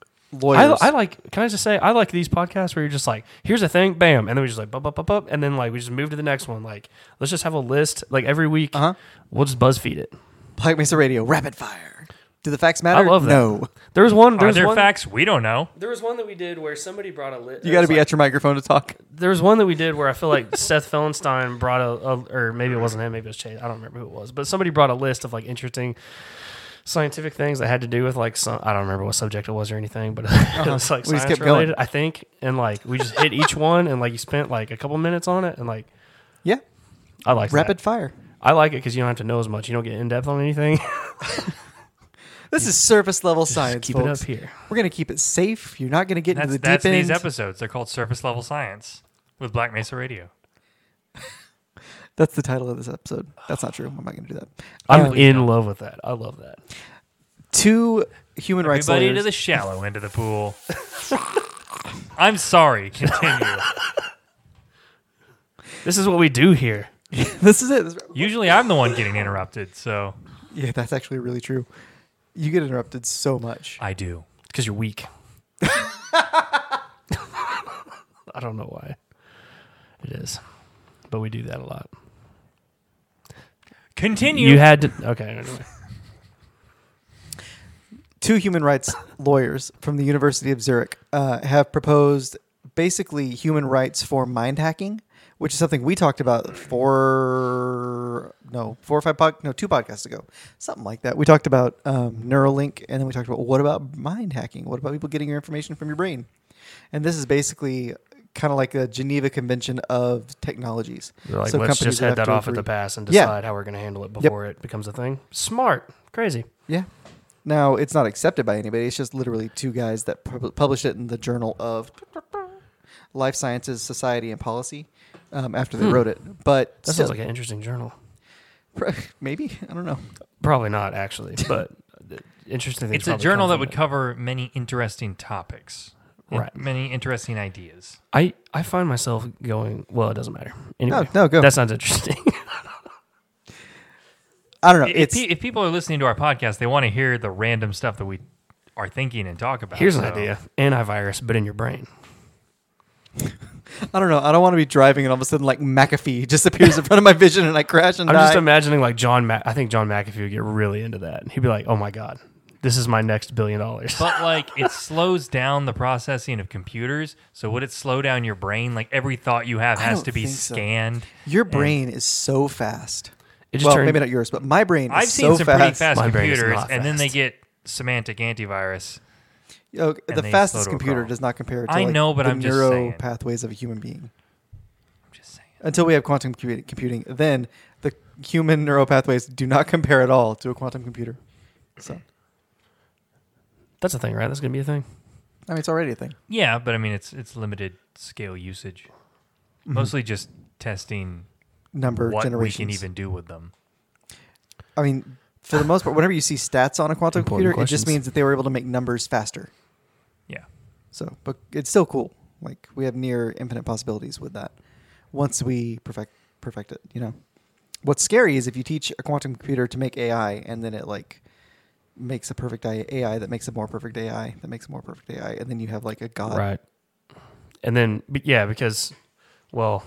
Speaker 3: I,
Speaker 1: lawyers.
Speaker 3: I like. Can I just say I like these podcasts where you're just like, here's a thing, bam, and then we just like, bup, bup, bup, bup, and then like we just move to the next one. Like, let's just have a list. Like every week,
Speaker 1: Uh-huh.
Speaker 3: we'll just BuzzFeed it.
Speaker 1: Pike Mesa Radio, rapid fire. Do the facts matter?
Speaker 3: love that.
Speaker 1: No.
Speaker 3: There was one. There
Speaker 2: are
Speaker 3: was
Speaker 2: there
Speaker 3: one.
Speaker 2: facts we don't know
Speaker 3: there was one that we did where somebody brought a list.
Speaker 1: You got to be at your microphone to talk.
Speaker 3: There was one that we did where I feel like Seth Feldenstein brought a, a, or maybe it wasn't him, maybe it was Chase. I don't remember who it was, but somebody brought a list of like interesting scientific things that had to do with like some. I don't remember what subject it was or anything, but it was like
Speaker 1: Uh-huh. We just
Speaker 3: science
Speaker 1: kept going.
Speaker 3: related, I think. And like we just hit each one, and like you spent like a couple minutes on it, and like
Speaker 1: Yeah.
Speaker 3: I like
Speaker 1: Rapid
Speaker 3: That.
Speaker 1: fire.
Speaker 3: I like it because you don't have to know as much. You don't get in depth on anything.
Speaker 1: This is surface level science.
Speaker 3: Keep
Speaker 1: folks.
Speaker 3: it up here.
Speaker 1: We're going to keep it safe. You're not going to get
Speaker 2: That's,
Speaker 1: into the
Speaker 2: that's
Speaker 1: deep
Speaker 2: these
Speaker 1: end.
Speaker 2: episodes. They're called Surface Level Science with Black Mesa Radio.
Speaker 1: that's the title of this episode. That's not true. I'm not going to do that.
Speaker 3: I'm
Speaker 1: Um,
Speaker 3: in love with that. I love that.
Speaker 1: two human rights
Speaker 2: Everybody
Speaker 1: lawyers.
Speaker 2: into the shallow end of the pool. I'm sorry. Continue.
Speaker 3: This is what we do here.
Speaker 1: this is it. This-
Speaker 2: Usually I'm the one getting interrupted, so
Speaker 1: yeah, that's actually really true. You get interrupted so much.
Speaker 2: I do.
Speaker 3: because you're weak. I don't know why it is, but we do that a lot.
Speaker 2: Continue.
Speaker 3: You, had to okay. Anyway.
Speaker 1: Two human rights lawyers from the University of Zurich uh, have proposed basically human rights for mind hacking, which is something we talked about four no four or five pod, no two podcasts ago, something like that. We talked about um, Neuralink, and then we talked about what about mind hacking? What about people getting your information from your brain? And this is basically kind of like a Geneva Convention of technologies.
Speaker 3: Like,
Speaker 1: So
Speaker 3: let's
Speaker 1: companies
Speaker 3: just
Speaker 1: would have
Speaker 3: head that
Speaker 1: to
Speaker 3: off at
Speaker 1: agree.
Speaker 3: the pass and
Speaker 1: Yeah.
Speaker 3: decide how we're going to handle it before it becomes a thing. Smart, crazy.
Speaker 1: Yeah. Now it's not accepted by anybody. It's just literally two guys that pub- published it in the Journal of Life Sciences, Society, and Policy um, after
Speaker 2: Hmm.
Speaker 1: they wrote it. But
Speaker 3: That
Speaker 1: still-
Speaker 3: sounds like an interesting journal.
Speaker 1: maybe I don't know.
Speaker 3: Probably not actually, but the interesting. Things
Speaker 2: it's a
Speaker 3: probably
Speaker 2: journal
Speaker 3: come
Speaker 2: that
Speaker 3: from
Speaker 2: would
Speaker 3: it.
Speaker 2: cover many interesting topics. and
Speaker 3: Right.
Speaker 2: Many interesting ideas.
Speaker 3: I I find myself going. Well, it doesn't matter. Anyway,
Speaker 1: Oh, no, go.
Speaker 3: That sounds interesting.
Speaker 1: I don't know.
Speaker 2: if,
Speaker 1: Uh, it's
Speaker 2: pe- if people are listening to our podcast, they want to hear the random stuff that we are thinking and talk about.
Speaker 3: Here's an
Speaker 2: so-
Speaker 3: idea: antivirus, but in your brain.
Speaker 1: I don't know. I don't want to be driving and all of a sudden like McAfee just appears in front of my vision and I crash and
Speaker 3: I'm
Speaker 1: die.
Speaker 3: just imagining like John. Ma- I think John McAfee would get really into that. He'd be like, "Oh my god, this is my next billion dollars."
Speaker 2: But like it slows down the processing of computers. So would it slow down your brain? Like every thought you have
Speaker 1: I
Speaker 2: has
Speaker 1: don't
Speaker 2: to be
Speaker 1: think so.
Speaker 2: scanned.
Speaker 1: Your brain is so fast.
Speaker 3: It just
Speaker 1: well,
Speaker 3: turned-
Speaker 1: maybe not yours, but my brain. Is
Speaker 2: I've
Speaker 1: so
Speaker 2: seen some pretty fast
Speaker 3: My brain is
Speaker 2: computers,
Speaker 3: not
Speaker 2: and then they
Speaker 3: fast.
Speaker 2: get semantic antivirus,
Speaker 1: Oh, the
Speaker 2: they
Speaker 1: fastest
Speaker 2: slow to a
Speaker 1: computer
Speaker 2: crawl.
Speaker 1: does not compare to
Speaker 2: I
Speaker 1: like,
Speaker 2: know, but
Speaker 1: the
Speaker 2: I'm just
Speaker 1: neuro
Speaker 2: saying.
Speaker 1: pathways of a human being.
Speaker 2: I'm just saying.
Speaker 1: Until we have quantum compu- computing, then the human neural pathways do not compare at all to a quantum computer. So,
Speaker 3: That's a thing, right? That's gonna be a thing.
Speaker 1: I mean, it's already a thing.
Speaker 2: Yeah, but I mean it's it's limited scale usage.
Speaker 1: Mm-hmm.
Speaker 2: Mostly just testing
Speaker 1: Number
Speaker 2: what we
Speaker 1: generations.
Speaker 2: can even do with them.
Speaker 1: I mean, for the most part, whenever you see stats on a quantum
Speaker 3: Important
Speaker 1: computer, it just
Speaker 3: questions.
Speaker 1: means that they were able to make numbers faster.
Speaker 2: Yeah.
Speaker 1: So, but it's still cool. Like we have near infinite possibilities with that. Once we perfect perfect it, you know. What's scary is if you teach a quantum computer to make AI and then it like makes a perfect AI AI that makes a more perfect AI that makes a more perfect AI, and then you have like a god.
Speaker 3: Right. And then, but yeah, because, well,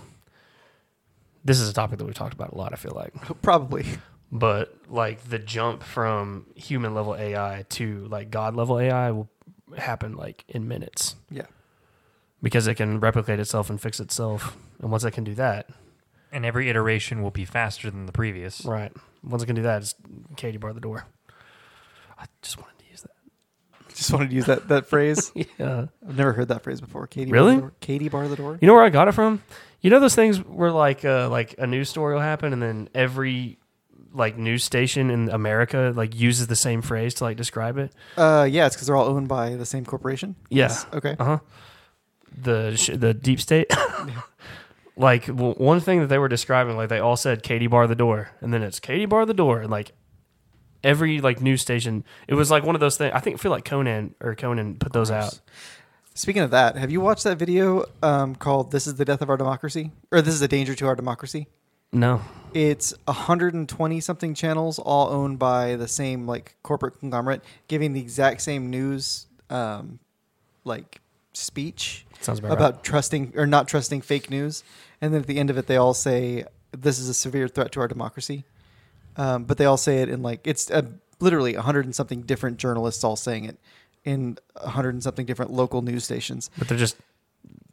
Speaker 3: this is a topic that we've talked about a lot, I feel like.
Speaker 1: Probably.
Speaker 3: But like the jump from human level AI to like God level AI will happen like in minutes
Speaker 1: Yeah.
Speaker 3: because it can replicate itself and fix itself. And once it can do that,
Speaker 2: And every iteration will be faster than the previous.
Speaker 3: right. Once it can do that, it's Katie bar the door. I just wanted to use
Speaker 1: Just wanted to use that that phrase.
Speaker 3: that. Yeah.
Speaker 1: I've never heard that phrase before. Katie
Speaker 3: Really?
Speaker 1: Bar the door. Katie bar the door.
Speaker 3: You know where I got it from? You know those things where like uh, like a news story will happen and then every like news station in America like uses the same phrase to like describe it.
Speaker 1: Uh, yeah, it's because they're all owned by the same corporation.
Speaker 3: Yeah.
Speaker 1: Okay.
Speaker 3: Uh huh. The sh- the deep state. like w- one thing that they were describing, like they all said Katie bar the door, and then it's Katie bar the door, and like every like news station, it was like one of those things. I think feel like Conan or Conan put those out.
Speaker 1: Speaking of that, have you watched that video um, called "This is the Death of Our Democracy" or "This is a Danger to Our Democracy"?
Speaker 3: No.
Speaker 1: It's 120 something channels, all owned by the same like corporate conglomerate, giving the exact same news, um, like speech
Speaker 3: Sounds about
Speaker 1: about trusting or not trusting fake news, and then at the end of it, they all say this is a severe threat to our democracy. Um, but they all say it in like it's uh, literally 100 and something different journalists all saying it in 100 and something different local news stations.
Speaker 3: But they're just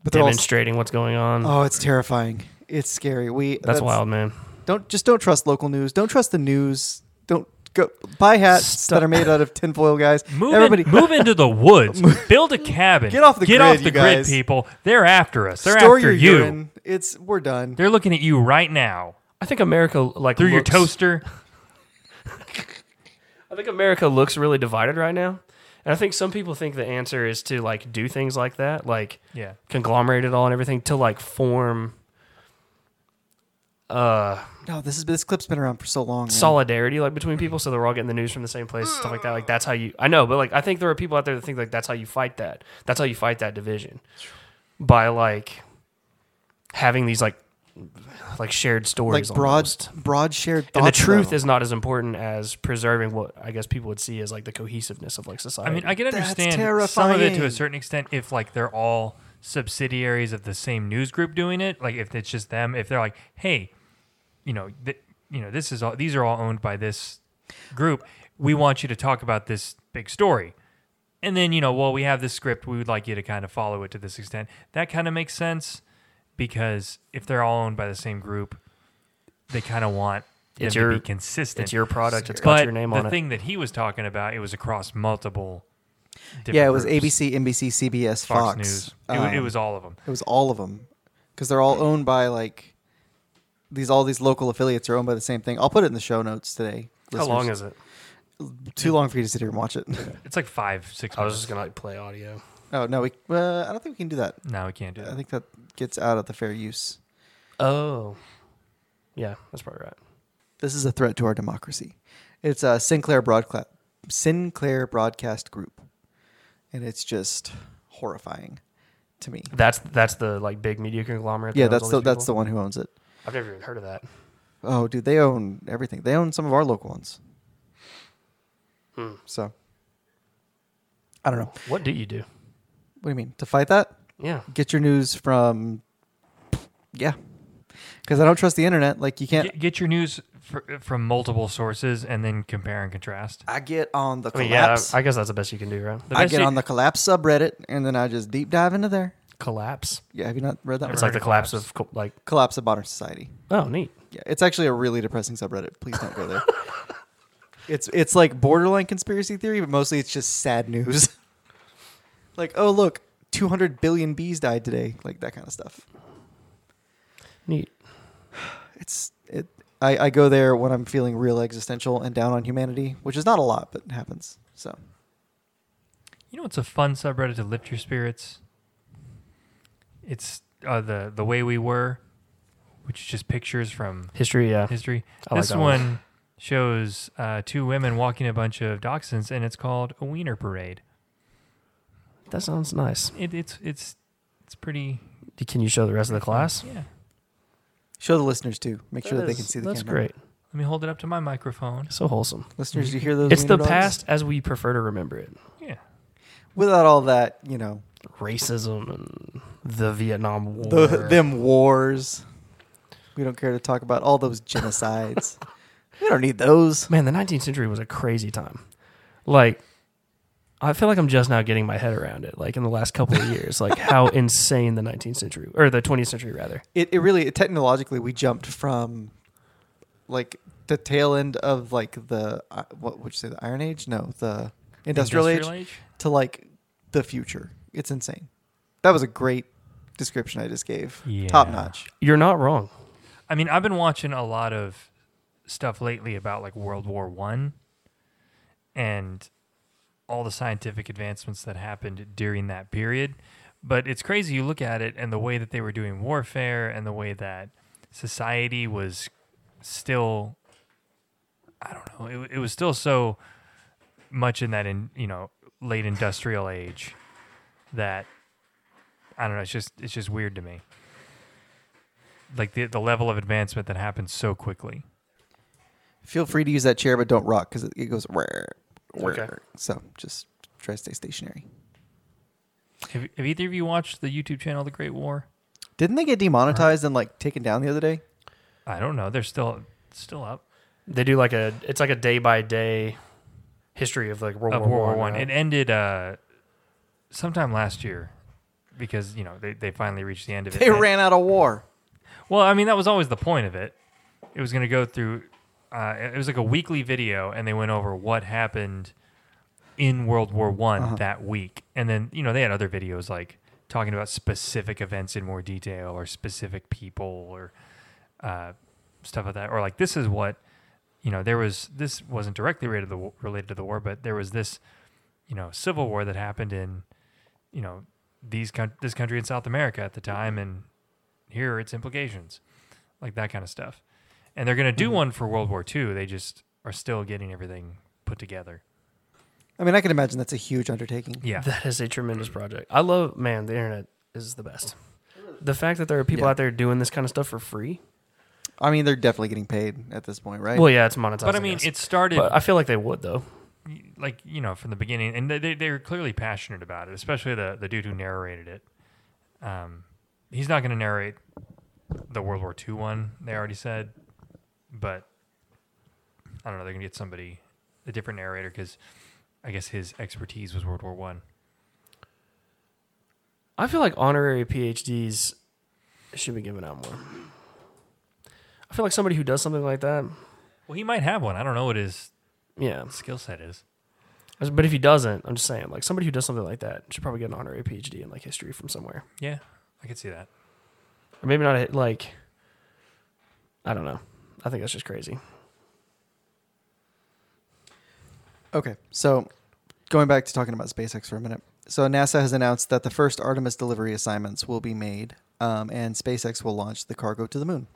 Speaker 1: But they're all
Speaker 3: demonstrating what's going on.
Speaker 1: Oh, it's terrifying. It's scary. We
Speaker 3: that's wild, man.
Speaker 1: Don't just don't trust local news. Don't trust the news. Don't go buy hats
Speaker 3: Stop.
Speaker 1: that are made out of tinfoil, guys.
Speaker 2: Move,
Speaker 1: Everybody,
Speaker 2: in, move into the woods. Build a cabin.
Speaker 1: Get off the
Speaker 2: Get
Speaker 1: grid,
Speaker 2: off the
Speaker 1: you
Speaker 2: grid,
Speaker 1: guys.
Speaker 2: people. They're after us. They're
Speaker 1: store your
Speaker 2: after you.
Speaker 1: urine. It's we're done.
Speaker 2: They're looking at you right now
Speaker 3: I think America like
Speaker 2: through your
Speaker 3: looks-
Speaker 2: toaster.
Speaker 3: I think America looks really divided right now, and I think some people think the answer is to like do things like that, like
Speaker 2: Yeah.
Speaker 3: conglomerate it all and everything to like form uh
Speaker 1: no, this is this clip's been around for so long. man.
Speaker 3: solidarity like between people so they're all getting the news from the same place and stuff like that like that's how you i know but like i think there are people out there that think like that's how you fight that that's how you fight that division by like having these like like shared
Speaker 1: like
Speaker 3: stories
Speaker 1: broad,
Speaker 3: almost.
Speaker 1: broad shared. Thoughts,
Speaker 3: and the truth
Speaker 1: though.
Speaker 3: is not as important as preserving what i guess people would see as like the cohesiveness of
Speaker 2: I
Speaker 3: like society
Speaker 2: mean, I can
Speaker 1: That's
Speaker 2: understand some of it to a
Speaker 1: terrifying.
Speaker 2: certain extent if like they're all subsidiaries of the same news group doing it. Like if it's just them, if they're like, hey, you know, th- you know, this is all these are all owned by this group. We want you to talk about this big story. And then, you know, well, we have this script. We would like you to kind of follow it to this extent. That kind of makes sense because if they're all owned by the same group, they kind of want
Speaker 3: It's
Speaker 2: them to
Speaker 3: your-
Speaker 2: be consistent.
Speaker 3: it's your product it's
Speaker 2: but
Speaker 3: got your name
Speaker 2: the
Speaker 3: on it
Speaker 2: thing that he was talking about, it was across multiple. Different
Speaker 1: yeah, it was
Speaker 2: groups.
Speaker 1: ABC, NBC, CBS,
Speaker 2: Fox,
Speaker 1: Fox.
Speaker 2: News. It, wa- it
Speaker 1: Um,
Speaker 2: was all of them.
Speaker 1: It was all of them because they're all owned by like these. All these local affiliates are owned by the same thing. I'll put it in the show notes today.
Speaker 3: how long is it
Speaker 1: it? Too long for you to sit here and watch it.
Speaker 2: It's like five, six.
Speaker 3: i was
Speaker 2: Minutes.
Speaker 3: just gonna like play audio
Speaker 1: oh no, we. Uh, I don't think we can do that.
Speaker 2: No, we can't do
Speaker 1: I
Speaker 2: that.
Speaker 1: think that gets out of the fair use.
Speaker 3: oh yeah that's probably right
Speaker 1: This is a threat to our democracy. It's a Sinclair broadcast Sinclair Broadcast Group, and it's just horrifying to me.
Speaker 3: That's that's the like big media conglomerate. that
Speaker 1: Yeah,
Speaker 3: owns
Speaker 1: that's
Speaker 3: all
Speaker 1: the
Speaker 3: these
Speaker 1: that's the
Speaker 3: people?
Speaker 1: one who owns it.
Speaker 3: I've never even heard of that.
Speaker 1: Oh, dude, they own everything. They own some of our local ones.
Speaker 3: Hmm.
Speaker 1: So, I don't know.
Speaker 3: What do you do?
Speaker 1: What do you mean to fight that?
Speaker 3: Yeah,
Speaker 1: Get your news from, yeah, because I don't trust the internet. Like you can't.
Speaker 2: Get, get your news fr- from multiple sources and then compare and contrast.
Speaker 1: I get on the
Speaker 3: I mean, yeah.
Speaker 1: collapse.
Speaker 3: I, I guess that's the best you can do, right?
Speaker 2: The
Speaker 1: I,
Speaker 2: best
Speaker 1: get
Speaker 2: you-
Speaker 1: on the collapse subreddit, and then I just deep dive into there.
Speaker 3: collapse.
Speaker 1: Yeah, have you not read that?
Speaker 2: Never
Speaker 3: It's
Speaker 1: one?
Speaker 2: heard
Speaker 3: like the
Speaker 2: of
Speaker 3: collapse,
Speaker 2: collapse.
Speaker 3: of co- like.
Speaker 1: collapse of modern society.
Speaker 3: Oh, neat.
Speaker 1: Yeah, it's actually a really depressing subreddit. Please don't go there. it's it's like borderline conspiracy theory, but mostly it's just sad news. Like, oh look, 200 billion bees died today, like that kind of stuff.
Speaker 3: Neat.
Speaker 1: It's it. I, I go there when I'm feeling real existential and down on humanity, which is not a lot, but it happens. So
Speaker 2: You know, it's a fun subreddit to lift your spirits. It's uh, the the way we were, which is just pictures from
Speaker 3: History, yeah.
Speaker 2: history.
Speaker 3: I like
Speaker 2: this
Speaker 3: that one.
Speaker 2: one, shows uh, two women walking a bunch of dachshunds, and it's called a wiener parade.
Speaker 3: That sounds nice.
Speaker 2: It, it's it's it's pretty.
Speaker 3: Can you show the rest of the class?
Speaker 2: Yeah.
Speaker 1: show the listeners too. Make sure that they
Speaker 3: is-
Speaker 1: can see the
Speaker 3: That's
Speaker 1: camera.
Speaker 3: great.
Speaker 2: Let me hold it up to my microphone.
Speaker 3: So wholesome.
Speaker 1: Listeners, you hear those?
Speaker 3: it's the
Speaker 1: wiener dogs?
Speaker 3: past as we prefer to remember it.
Speaker 2: Yeah.
Speaker 1: Without all that, you know,
Speaker 3: Racism and the Vietnam War.
Speaker 1: the, them wars. We don't care to talk about all those genocides. we don't need those.
Speaker 3: Man, the 19th century was a crazy time. Like, I feel like I'm just now getting my head around it, like in the last couple of years, like how insane the 19th century, or the 20th century, rather.
Speaker 1: It, it really, technologically, we jumped from like the tail end of like the, uh, what would you say, the Iron Age? No, the Industrial, age, to like the future. It's insane. That was a great description I just gave.
Speaker 2: Yeah.
Speaker 1: Top notch.
Speaker 3: You're not wrong.
Speaker 2: I mean, I've been watching a lot of stuff lately about like World War One and all the scientific advancements that happened during that period. But it's crazy you look at it and the way that they were doing warfare and the way that society was still I don't know, it, wa- it was still so much in that in you know, late industrial age that I don't know, it's just it's just weird to me like the the level of advancement that happens so quickly.
Speaker 1: Feel free to use that chair, but don't rock because it, it goes rare.
Speaker 3: Okay.
Speaker 1: So just try to stay stationary.
Speaker 2: Have, have either of you watched the YouTube channel The Great War?
Speaker 1: Didn't they get demonetized and like taken down the other day?
Speaker 2: I don't know. They're still still up
Speaker 3: They do like a, it's like a day by day history of like World
Speaker 2: of
Speaker 3: War
Speaker 2: World War One.
Speaker 3: right?
Speaker 2: It ended uh, sometime last year because you know they, they finally reached the end of it.
Speaker 1: They
Speaker 2: And-
Speaker 1: ran out of war.
Speaker 2: Well, I mean that was always the point of it. It was going to go through. Uh, it was like a weekly video, and they went over what happened in World War One that week, and then you know they had other videos like talking about specific events in more detail or specific people or uh, stuff like that, or like this is what you know there was this wasn't directly related to the wa- related to the war, but there was this you know civil war that happened in you know these coun this country in South America at the time, and here are its implications, like that kind of stuff. And they're gonna do one for World War II. They just are still getting everything put together.
Speaker 1: I mean, I can imagine that's a huge undertaking.
Speaker 2: Yeah,
Speaker 3: That is a tremendous project. I love, man, the internet is the best. The fact that there are people
Speaker 1: Yeah.
Speaker 3: out there doing this kind of stuff for free.
Speaker 1: I mean, they're definitely getting paid at this point, right?
Speaker 3: Well, yeah, it's monetized.
Speaker 2: but I mean,
Speaker 3: guess.
Speaker 2: it started
Speaker 3: But I feel like they would though.
Speaker 2: like you know from the beginning, and they- they they were clearly passionate about it, especially the the dude who narrated it. Um, he's not gonna narrate the World War II one. They already said, but I don't know. They're gonna get somebody a different narrator because I guess his expertise was World War One.
Speaker 3: I feel like honorary PhDs should be given out more. I feel like somebody who does something like that,
Speaker 2: Well, he might have one. I don't know what his
Speaker 3: yeah.
Speaker 2: skill set is.
Speaker 3: But if he doesn't, I'm just saying, like somebody who does something like that should probably get an honorary PhD in like history from somewhere,
Speaker 2: Yeah, I could see that.
Speaker 3: or maybe not a, like. I don't know. I think that's just crazy.
Speaker 1: Okay, so going back to talking about SpaceX for a minute. So NASA has announced that the first Artemis delivery assignments will be made, um, and SpaceX will launch the cargo to the moon.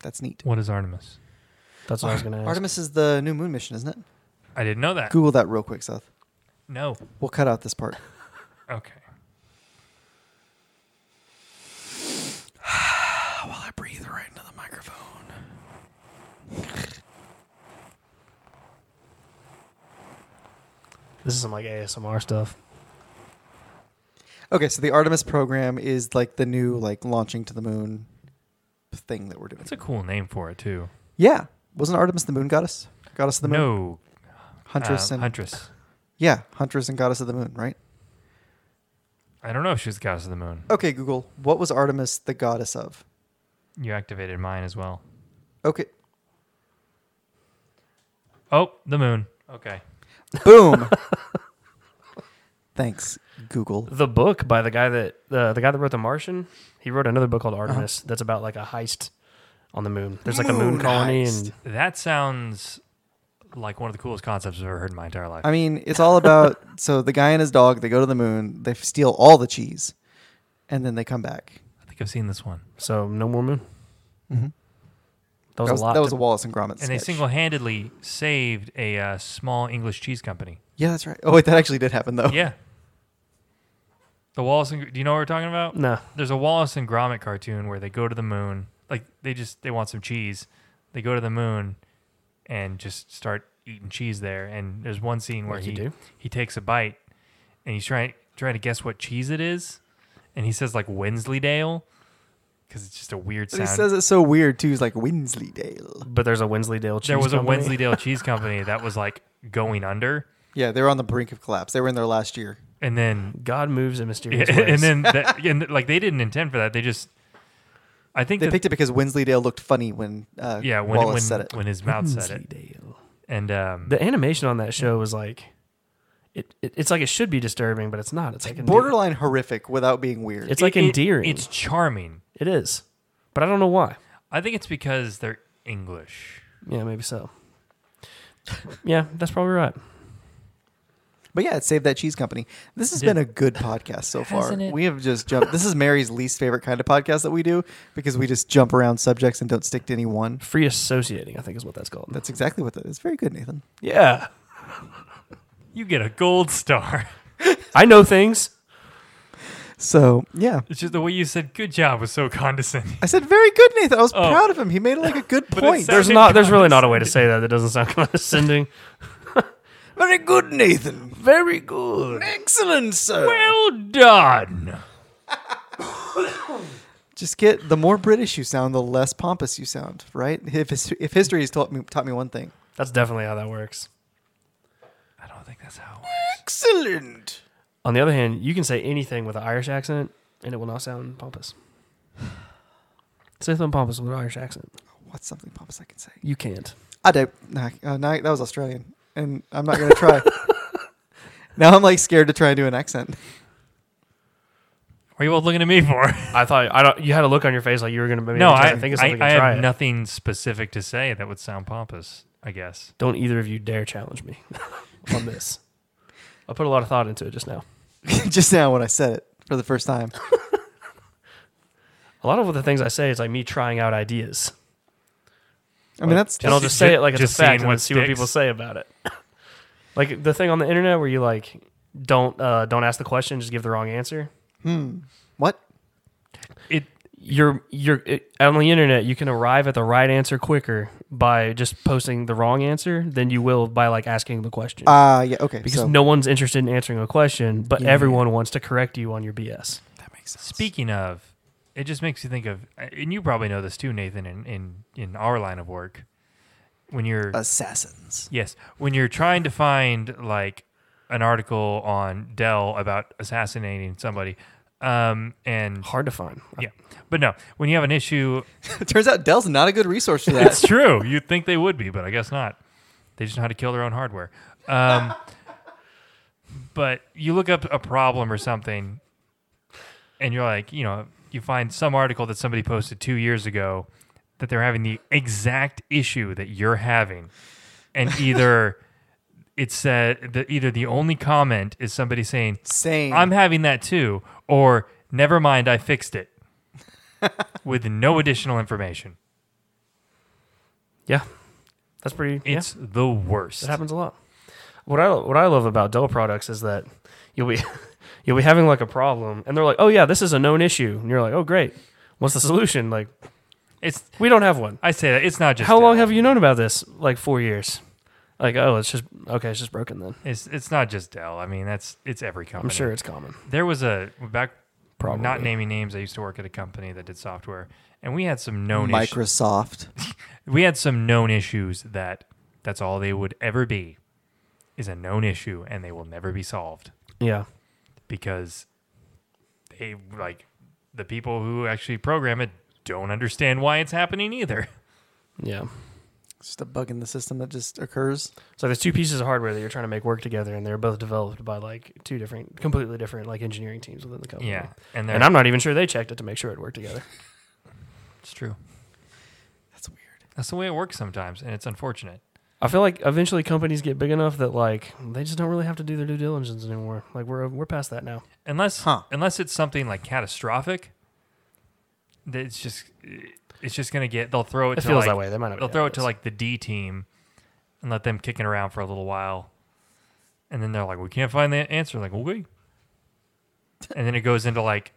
Speaker 1: That's neat.
Speaker 2: What is Artemis?
Speaker 3: That's what I was gonna ask.
Speaker 1: Artemis is the new moon mission, isn't it?
Speaker 2: I didn't know that.
Speaker 1: Google that real quick, Seth.
Speaker 2: No.
Speaker 1: We'll cut out this part.
Speaker 2: Okay.
Speaker 5: While Oh, I breathe right into the microphone.
Speaker 3: This is some like ASMR stuff.
Speaker 1: Okay, so the Artemis program is like the new like launching to the moon thing that we're doing.
Speaker 2: That's a cool name for it too.
Speaker 1: Yeah, wasn't Artemis the moon goddess? Goddess of the moon,
Speaker 2: no.
Speaker 1: huntress
Speaker 2: uh,
Speaker 1: and
Speaker 2: Huntress.
Speaker 1: yeah, huntress and goddess of the moon, right?
Speaker 2: I don't know if she was the goddess of the moon.
Speaker 1: Okay, Google, what was Artemis the goddess of?
Speaker 2: You activated mine as well.
Speaker 1: Okay,
Speaker 2: Oh, the moon. Okay.
Speaker 1: boom. Thanks, Google.
Speaker 3: the book by the guy that uh, the guy that wrote The Martian. He wrote another book called
Speaker 1: Uh-huh.
Speaker 3: Artemis that's about like a heist on the moon. There's like a moon
Speaker 1: Moon
Speaker 3: colony
Speaker 1: heist.
Speaker 3: and
Speaker 2: That sounds like one of the coolest concepts I've ever heard in my entire life.
Speaker 1: I mean, it's all about so the guy and his dog. They go to the moon. They steal all the cheese, and then they come back.
Speaker 2: I think I've seen this one.
Speaker 3: so no more moon.
Speaker 1: Mhm.
Speaker 3: That was,
Speaker 1: That was,
Speaker 3: a lot.
Speaker 1: that was
Speaker 3: to-
Speaker 1: a Wallace and Gromit.
Speaker 2: And they
Speaker 1: sketch.
Speaker 2: single-handedly saved a uh, small English cheese company.
Speaker 1: Yeah, that's right. Oh wait, that actually did happen though.
Speaker 2: Yeah. The Wallace and do you know what we're talking about?
Speaker 3: no.
Speaker 2: There's a Wallace and Gromit cartoon where they go to the moon. Like they just they want some cheese. They go to the moon and just start eating cheese there. And there's one scene where
Speaker 3: Like
Speaker 2: he
Speaker 3: you do.
Speaker 2: he takes a bite and he's trying trying to guess what cheese it is. And he says like Wensleydale because it's just a weird
Speaker 1: But
Speaker 2: sound.
Speaker 1: he says it's so weird too. He's like Winsleydale.
Speaker 3: But there's a Wensleydale cheese.
Speaker 2: there was
Speaker 3: company.
Speaker 2: a Wensleydale cheese company that was like going under,
Speaker 1: Yeah, they were on the brink of collapse. They were in their last year.
Speaker 2: and then
Speaker 3: God moves in mysterious
Speaker 2: Yeah,
Speaker 3: ways.
Speaker 2: and then that, and like they didn't intend for that. They just, I think
Speaker 1: They
Speaker 2: that-
Speaker 1: picked it because Winsleydale looked funny when uh,
Speaker 2: yeah when
Speaker 1: Wallace
Speaker 2: when,
Speaker 1: said it.
Speaker 2: when his mouth said it,
Speaker 3: Wensleydale.
Speaker 2: and um,
Speaker 3: The animation on that show was like, it, it it's like it should be disturbing, but it's not. It's like endear-
Speaker 1: Borderline horrific without being weird.
Speaker 3: It's like
Speaker 2: it- it-
Speaker 3: endearing.
Speaker 2: it's charming.
Speaker 3: it is, but I don't know why.
Speaker 2: I think it's because they're English.
Speaker 3: Yeah, maybe so. yeah, that's probably right.
Speaker 1: But yeah, it saved that cheese company. This has
Speaker 2: Did-
Speaker 1: been a good podcast so far.
Speaker 2: Hasn't it?
Speaker 1: We have just jumped. This is Mary's least favorite kind of podcast that we do because we just jump around subjects and don't stick to any one.
Speaker 3: Free associating, I think, is what that's called.
Speaker 1: That's exactly what that is. Very good, Nathan.
Speaker 3: yeah,
Speaker 2: You get a gold star.
Speaker 3: I know things.
Speaker 1: So yeah,
Speaker 2: It's just the way you said "good job" was so condescending.
Speaker 1: I said very good, Nathan. I was
Speaker 2: Oh.
Speaker 1: proud of him. He made like a good
Speaker 2: But it
Speaker 1: point.
Speaker 2: sounds-
Speaker 3: There's not. There's really not a way to say that that doesn't sound condescending.
Speaker 1: very good, Nathan.
Speaker 3: Very good.
Speaker 1: Excellent, sir.
Speaker 2: Well done.
Speaker 1: just get the more British you sound, the less pompous you sound, right? If his, if history has taught me taught me one thing,
Speaker 3: That's definitely how that works.
Speaker 2: I don't think that's how. It works.
Speaker 1: excellent.
Speaker 3: On the other hand, you can say anything with an Irish accent, and it will not sound pompous. Say something pompous with an Irish accent.
Speaker 1: What's something pompous I can say?
Speaker 3: You can't.
Speaker 1: I don't. Nah, uh, nah, that was Australian, and I'm not gonna try. now I'm like scared to try and do an accent.
Speaker 2: What are you both looking at me for?
Speaker 3: I thought I don't. You had a look on your face like you were gonna. Maybe
Speaker 2: no, I,
Speaker 3: try to think of
Speaker 2: I,
Speaker 3: something
Speaker 2: I
Speaker 3: and try
Speaker 2: have
Speaker 3: it.
Speaker 2: nothing specific to say that would sound pompous. I guess.
Speaker 3: Don't either of you dare challenge me on this. I put a lot of thought into it just now.
Speaker 1: just now when I said it for the first time.
Speaker 3: A lot of the things I say is like me trying out ideas,
Speaker 1: I mean, that's
Speaker 3: and I'll
Speaker 1: just,
Speaker 3: just say it like it's
Speaker 2: Just
Speaker 3: a fact
Speaker 2: seeing
Speaker 3: and
Speaker 2: what
Speaker 3: then see what
Speaker 2: sticks.
Speaker 3: people say about it. like the thing on the internet where you like don't uh, don't ask the question, just give the wrong answer.
Speaker 1: Hmm. what?
Speaker 2: It
Speaker 3: You're you're it, on the internet. You can arrive at the right answer quicker by just posting the wrong answer than you will by like asking the question.
Speaker 1: Ah, yeah, okay.
Speaker 3: because
Speaker 1: so,
Speaker 3: no one's interested in answering a question, but
Speaker 1: Yeah.
Speaker 3: everyone wants to correct you on your BS.
Speaker 5: That makes sense.
Speaker 2: Speaking of, it just makes you think of, and you probably know this too, Nathan, in in, in our line of work, when you're
Speaker 1: assassins.
Speaker 2: yes, when you're trying to find like an article on Dell about assassinating somebody, um, and
Speaker 3: Hard to find.
Speaker 2: yeah, but no, when you have an issue,
Speaker 1: It turns out Dell's not a good resource for
Speaker 2: it's
Speaker 1: that.
Speaker 2: true. You'd think they would be, but I guess not. They just know how to kill their own hardware. Um, but you look up a problem or something, and you're like, you know, you find some article that somebody posted two years ago that they're having the exact issue that you're having, and either it said that either the only comment is somebody saying,
Speaker 1: Same.
Speaker 2: "I'm having that too," or "Never mind, I fixed it," with no additional information.
Speaker 3: Yeah, that's pretty. yeah,
Speaker 2: It's the worst.
Speaker 3: that happens a lot. What I what I love about Dell products is that you'll be you'll be having like a problem, and they're like, "Oh yeah, this is a known issue," and you're like, "Oh great, what's the solution?" Like,
Speaker 2: It's
Speaker 3: we don't have one.
Speaker 2: I say that it's not just
Speaker 3: How long
Speaker 2: Dell.
Speaker 3: have you known about this? Like four years. Like, oh, it's just okay. It's just broken then.
Speaker 2: it's it's not just Dell. I mean, that's it's every
Speaker 3: I'm
Speaker 2: company.
Speaker 3: sure it's common.
Speaker 2: there was a back
Speaker 3: Probably.
Speaker 2: not naming names. I used to work at a company that did software, and we had some known issues.
Speaker 1: Microsoft.
Speaker 2: we had some known issues that that's all they would ever be is a known issue, and they will never be solved
Speaker 3: Yeah,
Speaker 2: because they like the people who actually program it don't understand why it's happening either.
Speaker 3: yeah.
Speaker 1: It's just a bug in the system that just occurs.
Speaker 3: So there's two pieces of hardware that you're trying to make work together, and they're both developed by like two different, completely different like engineering teams within the company.
Speaker 2: Yeah, and,
Speaker 3: Oh, and I'm not even sure they checked it to make sure it worked together.
Speaker 2: it's true.
Speaker 1: That's weird.
Speaker 2: That's the way it works sometimes, and it's unfortunate.
Speaker 3: I feel like eventually companies get big enough that like they just don't really have to do their due diligence anymore. Like we're we're past that now.
Speaker 2: Unless
Speaker 1: Huh.
Speaker 2: unless it's something like catastrophic, that it's just it's just gonna get. They'll throw it.
Speaker 3: It
Speaker 2: to
Speaker 3: feels
Speaker 2: like,
Speaker 3: that way. They might not.
Speaker 2: They'll throw it to like the D team, and let them kick it around for a little while, and then they're like, "We can't find the answer." Like, okay, and then it goes into like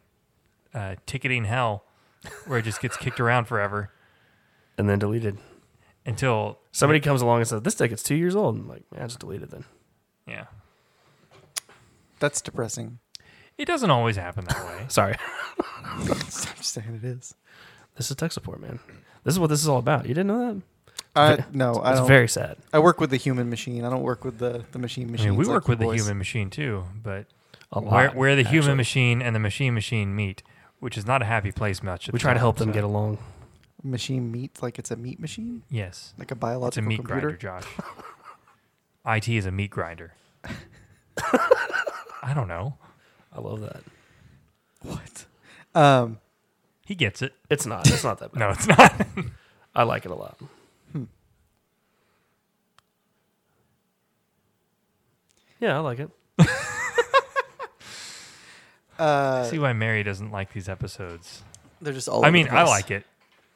Speaker 2: uh, ticketing hell, where it just gets kicked around forever
Speaker 3: and then deleted.
Speaker 2: until
Speaker 3: Somebody comes along and says this ticket's two years old. I'm like, man, just delete it then.
Speaker 2: yeah.
Speaker 1: That's depressing.
Speaker 2: It doesn't always happen that way.
Speaker 3: Sorry,
Speaker 1: I'm saying it is.
Speaker 3: this is tech support, man. This is what this is all about. You didn't know that?
Speaker 1: I, no, I
Speaker 3: It's
Speaker 1: don't.
Speaker 3: very sad.
Speaker 1: I work with the human machine. I don't work with the, the machine
Speaker 2: I
Speaker 1: machine.
Speaker 2: mean, we work with the human machine too, but
Speaker 3: A lot.
Speaker 2: where, where the
Speaker 3: actually.
Speaker 2: human machine and the machine machine meet, which is not a happy place much. at
Speaker 3: we
Speaker 2: the
Speaker 3: try to
Speaker 2: time,
Speaker 3: help them
Speaker 2: so-
Speaker 3: get along.
Speaker 1: machine meat, like it's a meat machine,
Speaker 2: Yes,
Speaker 1: like a
Speaker 2: it's a
Speaker 1: biological
Speaker 2: meat grinder,
Speaker 1: computer.
Speaker 2: Josh. IT is a meat grinder. I don't know.
Speaker 3: I love that.
Speaker 1: What? Um,
Speaker 2: He gets it.
Speaker 3: It's not. It's not that bad.
Speaker 2: No, it's
Speaker 1: Uh,
Speaker 2: not.
Speaker 3: I like it a lot.
Speaker 1: Hmm.
Speaker 3: Yeah, I like it.
Speaker 1: uh,
Speaker 2: See why Mary doesn't like these episodes.
Speaker 1: they're just all.
Speaker 2: I mean, I like it.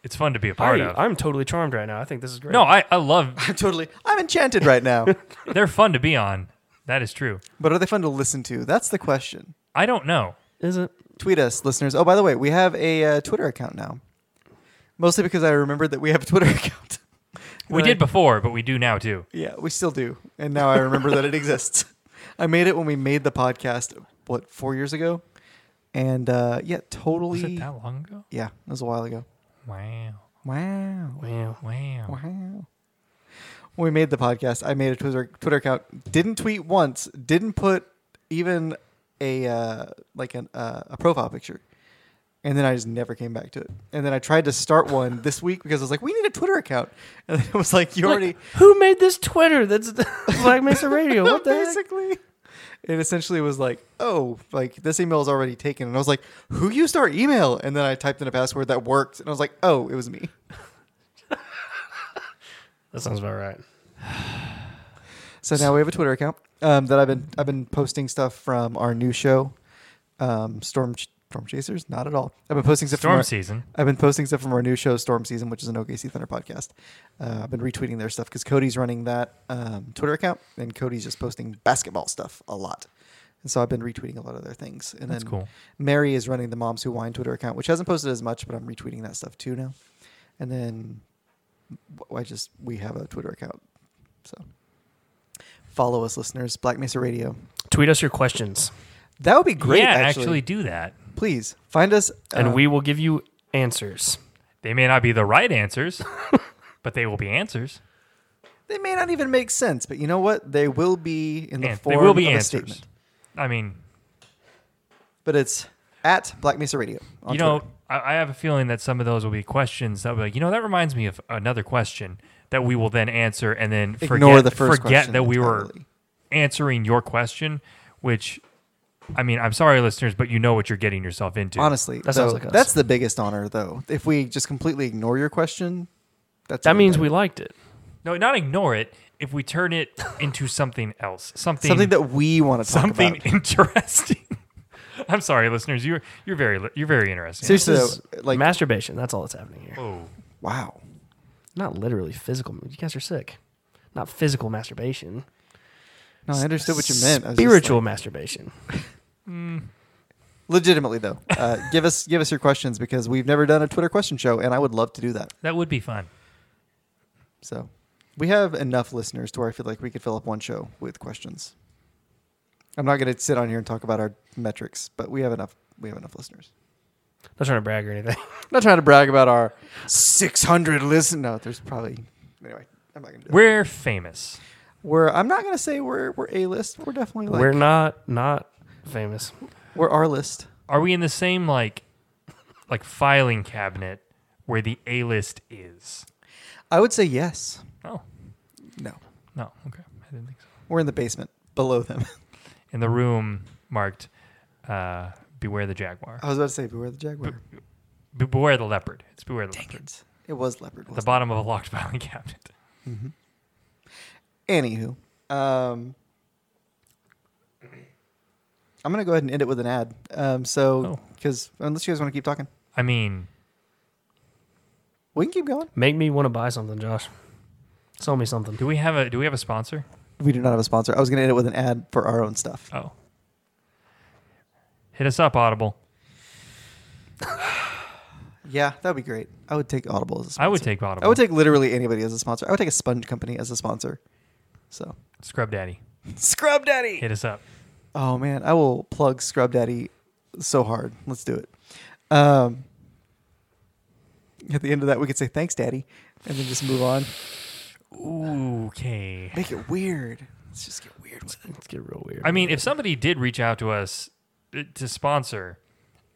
Speaker 2: It's fun to be a part of.
Speaker 3: I, am totally charmed right now. I think this is great.
Speaker 2: no, I, I love.
Speaker 1: I'm totally. I'm enchanted right now.
Speaker 2: They're fun to be on. That is true.
Speaker 1: but are they fun to listen to? That's the question.
Speaker 2: I don't know.
Speaker 3: is it?
Speaker 1: Tweet us, listeners. Oh, by the way, we have a uh, Twitter account now. Mostly because I remembered that we have a Twitter account.
Speaker 2: We
Speaker 1: Right.
Speaker 2: did before, but we do now too.
Speaker 1: Yeah, we still do. And now I remember that it exists. I made it when we made the podcast, what, four years ago? And uh, yeah, totally.
Speaker 2: Was it that long ago?
Speaker 1: Yeah, it was a while ago.
Speaker 2: Wow.
Speaker 1: Wow.
Speaker 3: Wow.
Speaker 2: Wow.
Speaker 1: Wow. When we made the podcast, I made a Twitter Twitter account. Didn't tweet once. Didn't put even a uh, like an, uh, a profile picture. And then I just never came back to it. And then I tried to start one this week because I was like, we need a Twitter account. And then it was like, you already
Speaker 3: Who made this Twitter? That's Black Mesa Radio. What the heck?
Speaker 1: basically. It essentially was like, oh, like this email is already taken. And I was like, who used our email? And then I typed in a password that worked. And I was like, oh, it was me.
Speaker 3: That sounds about right.
Speaker 1: So now we have a Twitter account um, that I've been I've been posting stuff from our new show, um, Storm Ch- Storm Chasers. Not at all. I've been posting stuff. from
Speaker 2: Storm
Speaker 1: our,
Speaker 2: season.
Speaker 1: I've been posting stuff from our new show, Storm Season, which is an OKC Thunder podcast. Uh, I've been retweeting their stuff because Cody's running that um, Twitter account, and Cody's just posting basketball stuff a lot. And so I've been retweeting a lot of their things. And
Speaker 2: That's
Speaker 1: then
Speaker 2: cool.
Speaker 1: Mary is running the Moms Who Wine Twitter account, which hasn't posted as much, but I'm retweeting that stuff too now. And then w- I just we have a Twitter account, so follow us, listeners. Black Mesa Radio.
Speaker 3: Tweet us your questions,
Speaker 1: That would be great.
Speaker 2: yeah,
Speaker 1: actually.
Speaker 2: do that.
Speaker 1: please find us.
Speaker 3: and
Speaker 1: uh,
Speaker 3: we will give you answers.
Speaker 2: They may not be the right answers, but they will be answers.
Speaker 1: they may not even make sense, but you know what? They will be in the
Speaker 2: An-
Speaker 1: form
Speaker 2: they will be
Speaker 1: of
Speaker 2: answers.
Speaker 1: a statement.
Speaker 2: I mean,
Speaker 1: But it's at Black Mesa Radio. on
Speaker 2: you know,
Speaker 1: Twitter.
Speaker 2: I, I have a feeling that some of those will be questions that will be like, you know, that reminds me of another question that we will then answer and then forget,
Speaker 1: ignore the first
Speaker 2: forget
Speaker 1: question
Speaker 2: that we were
Speaker 1: entirely.
Speaker 2: answering your question, which, I mean, I'm sorry, listeners, but you know what you're getting yourself into.
Speaker 1: Honestly,
Speaker 3: That sounds
Speaker 1: though,
Speaker 3: like us.
Speaker 1: that's the biggest honor, though. If we just completely ignore your question, that's
Speaker 3: That
Speaker 1: even
Speaker 3: means
Speaker 1: better.
Speaker 3: we liked it.
Speaker 2: No, not ignore it. If we turn it into something else, something,
Speaker 1: something that we want to talk
Speaker 2: something
Speaker 1: about.
Speaker 2: interesting. I'm sorry, listeners. You're you're very li- you're very interesting.
Speaker 1: Seriously,
Speaker 3: This
Speaker 1: though,
Speaker 3: is
Speaker 1: like
Speaker 3: masturbation. That's all that's happening here.
Speaker 2: Oh,
Speaker 1: wow,
Speaker 3: Not literally physical. You guys are sick. Not physical masturbation.
Speaker 1: no, I understood what you meant. I was just
Speaker 3: Spiritual masturbation.
Speaker 1: like- legitimately though, uh, give us give us your questions because we've never done a Twitter question show, and I would love to do that.
Speaker 2: that would be fun.
Speaker 1: So we have enough listeners to where I feel like we could fill up one show with questions. I'm not going to sit on here and talk about our metrics, but we have enough. We have enough listeners.
Speaker 3: Not trying to brag or anything.
Speaker 1: I'm not trying to brag about our 600 listen. No, there's probably anyway. I'm not going to.
Speaker 2: We're famous.
Speaker 1: We're I'm not gonna say we're we're a list. We're definitely like
Speaker 3: We're
Speaker 1: we're,
Speaker 3: not not famous.
Speaker 1: our list.
Speaker 2: Are we in the same like like filing cabinet where the A list is?
Speaker 1: I would say yes.
Speaker 2: Oh
Speaker 1: No,
Speaker 2: no, okay, I didn't think so.
Speaker 1: we're in the basement below them.
Speaker 2: In the room marked, uh, "Beware the jaguar."
Speaker 1: I was about to say beware the jaguar.
Speaker 2: Beware the leopard. It's beware the leopard.
Speaker 1: it. It was leopard.
Speaker 2: At the
Speaker 1: wasn't
Speaker 2: bottom of a locked filing cabinet.
Speaker 1: it? Anywho, um, I'm gonna go ahead and end it with an ad. Um, so
Speaker 2: Oh.
Speaker 1: because unless you guys want to keep talking,
Speaker 2: I mean,
Speaker 1: we can keep going.
Speaker 3: Make me want to buy something, Josh. Sell me something.
Speaker 2: do we have a do we have a sponsor?
Speaker 1: We do not have a sponsor. I was gonna end it with an ad for our own stuff.
Speaker 2: Oh, hit us up, Audible.
Speaker 1: Yeah, that'd be great. I would take Audible as a sponsor.
Speaker 2: I would take Audible.
Speaker 1: I would take literally anybody as a sponsor. I would take a sponge company as a sponsor. So
Speaker 2: Scrub Daddy.
Speaker 1: Scrub Daddy.
Speaker 2: Hit us up.
Speaker 1: Oh man, I will plug Scrub Daddy so hard. Let's do it. Um, at the end of that, we could say thanks, Daddy, and then just move on.
Speaker 2: Ooh, okay.
Speaker 1: Make it weird. Let's just get weird with it.
Speaker 3: Let's get real weird.
Speaker 2: I mean, if somebody did reach out to us uh, to sponsor,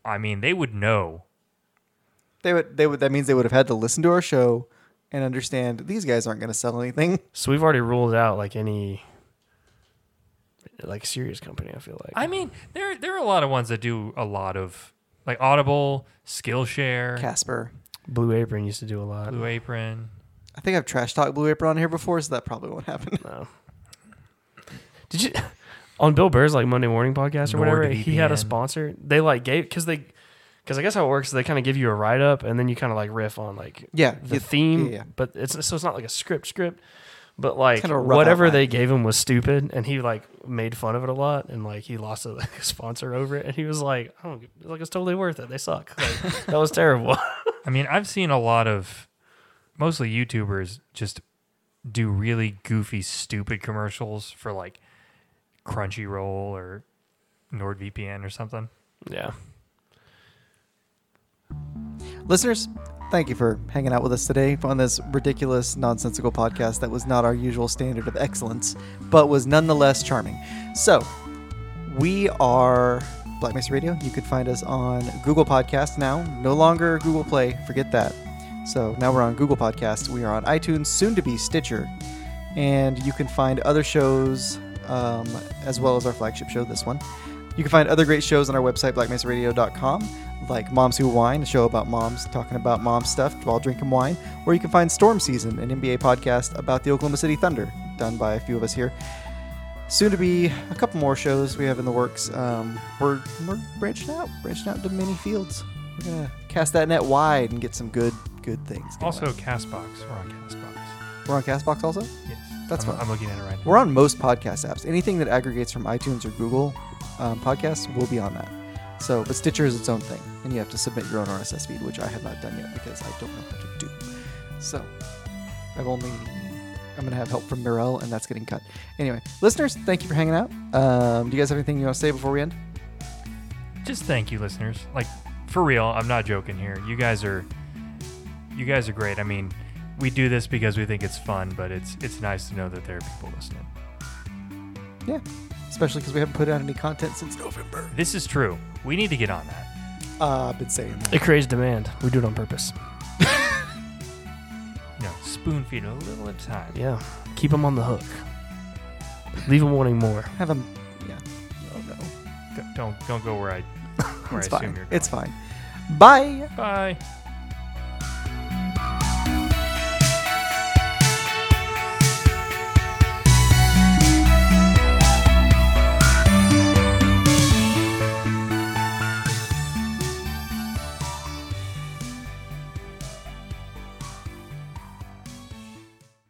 Speaker 2: I mean, they would know.
Speaker 1: They would. They would. That means they would have had to listen to our show and understand these guys aren't going to sell anything.
Speaker 3: so we've already ruled out like any like serious company. I feel like
Speaker 2: I mean, there there are a lot of ones that do a lot of like Audible, Skillshare,
Speaker 1: Casper.
Speaker 3: Blue Apron used to do a lot.
Speaker 2: Blue Apron.
Speaker 1: I think I've trash talked Blue Apron on here before, so that probably won't happen.
Speaker 3: No. Did you on Bill Burr's like Monday morning podcast or whatever? He had a
Speaker 2: NordVPN.
Speaker 3: sponsor. They like gave because they because I guess how it works is they kind of give you a write up and then you kind of like riff on like
Speaker 1: Yeah,
Speaker 3: the
Speaker 1: yeah,
Speaker 3: theme,
Speaker 1: yeah, yeah.
Speaker 3: but it's so it's not like a script script, but like
Speaker 1: kind of a rough
Speaker 3: whatever
Speaker 1: outline.
Speaker 3: they gave him was stupid, and he like made fun of it a lot, and like he lost a sponsor over it, and he was like, I don't give- like it's totally worth it. They suck. Like, that was terrible.
Speaker 2: I mean, I've seen a lot of mostly YouTubers just do really goofy, stupid commercials for like Crunchyroll or NordVPN or something.
Speaker 3: yeah,
Speaker 1: Listeners, thank you for hanging out with us today on this ridiculous, nonsensical podcast that was not our usual standard of excellence, but was nonetheless charming. So, we are Black Mesa Radio. You can find us on Google Podcast now, no longer Google Play. Forget that. So, now we're on Google Podcast. We are on iTunes, soon to be Stitcher. And you can find other shows um, as well as our flagship show, this one. You can find other great shows on our website, blackmesaradio.com, like Moms Who Wine, a show about moms talking about mom stuff while drinking wine, or you can find Storm Season, an NBA podcast about the Oklahoma City Thunder, done by a few of us here. Soon to be a couple more shows we have in the works. Um, we're, we're branching out, branching out into many fields. We're going to cast that net wide and get some good, good things. going.
Speaker 2: Also, Castbox. We're on Castbox.
Speaker 1: we're on Castbox also?
Speaker 2: Yes,
Speaker 1: That's
Speaker 2: I'm,
Speaker 1: fun.
Speaker 2: I'm looking at it right now.
Speaker 1: We're on most podcast apps. Anything that aggregates from iTunes or Google um, podcasts will be on that. So, but Stitcher is its own thing, and you have to submit your own RSS feed, which I have not done yet because I don't know how to do. So, I've only I'm gonna have help from Mirel, and that's getting cut. Anyway, listeners, thank you for hanging out. Um, do you guys have anything you want to say before we end?
Speaker 2: just thank you listeners like for real i'm not joking here you guys are you guys are great i mean we do this because we think it's fun but it's it's nice to know that there are people listening
Speaker 1: Yeah, especially because we haven't put out any content since November.
Speaker 2: this is true we need to get on that
Speaker 1: Uh, I've been saying that.
Speaker 3: it creates demand. We do it on purpose.
Speaker 2: you know spoon feed 'em a little at a time
Speaker 3: Yeah, keep them on the hook. Leave them wanting more.
Speaker 1: Have them. Yeah. Oh no.
Speaker 2: D- don't don't go where i where
Speaker 1: it's
Speaker 2: i assume
Speaker 1: fine.
Speaker 2: you're going
Speaker 1: It's fine. Bye.
Speaker 2: bye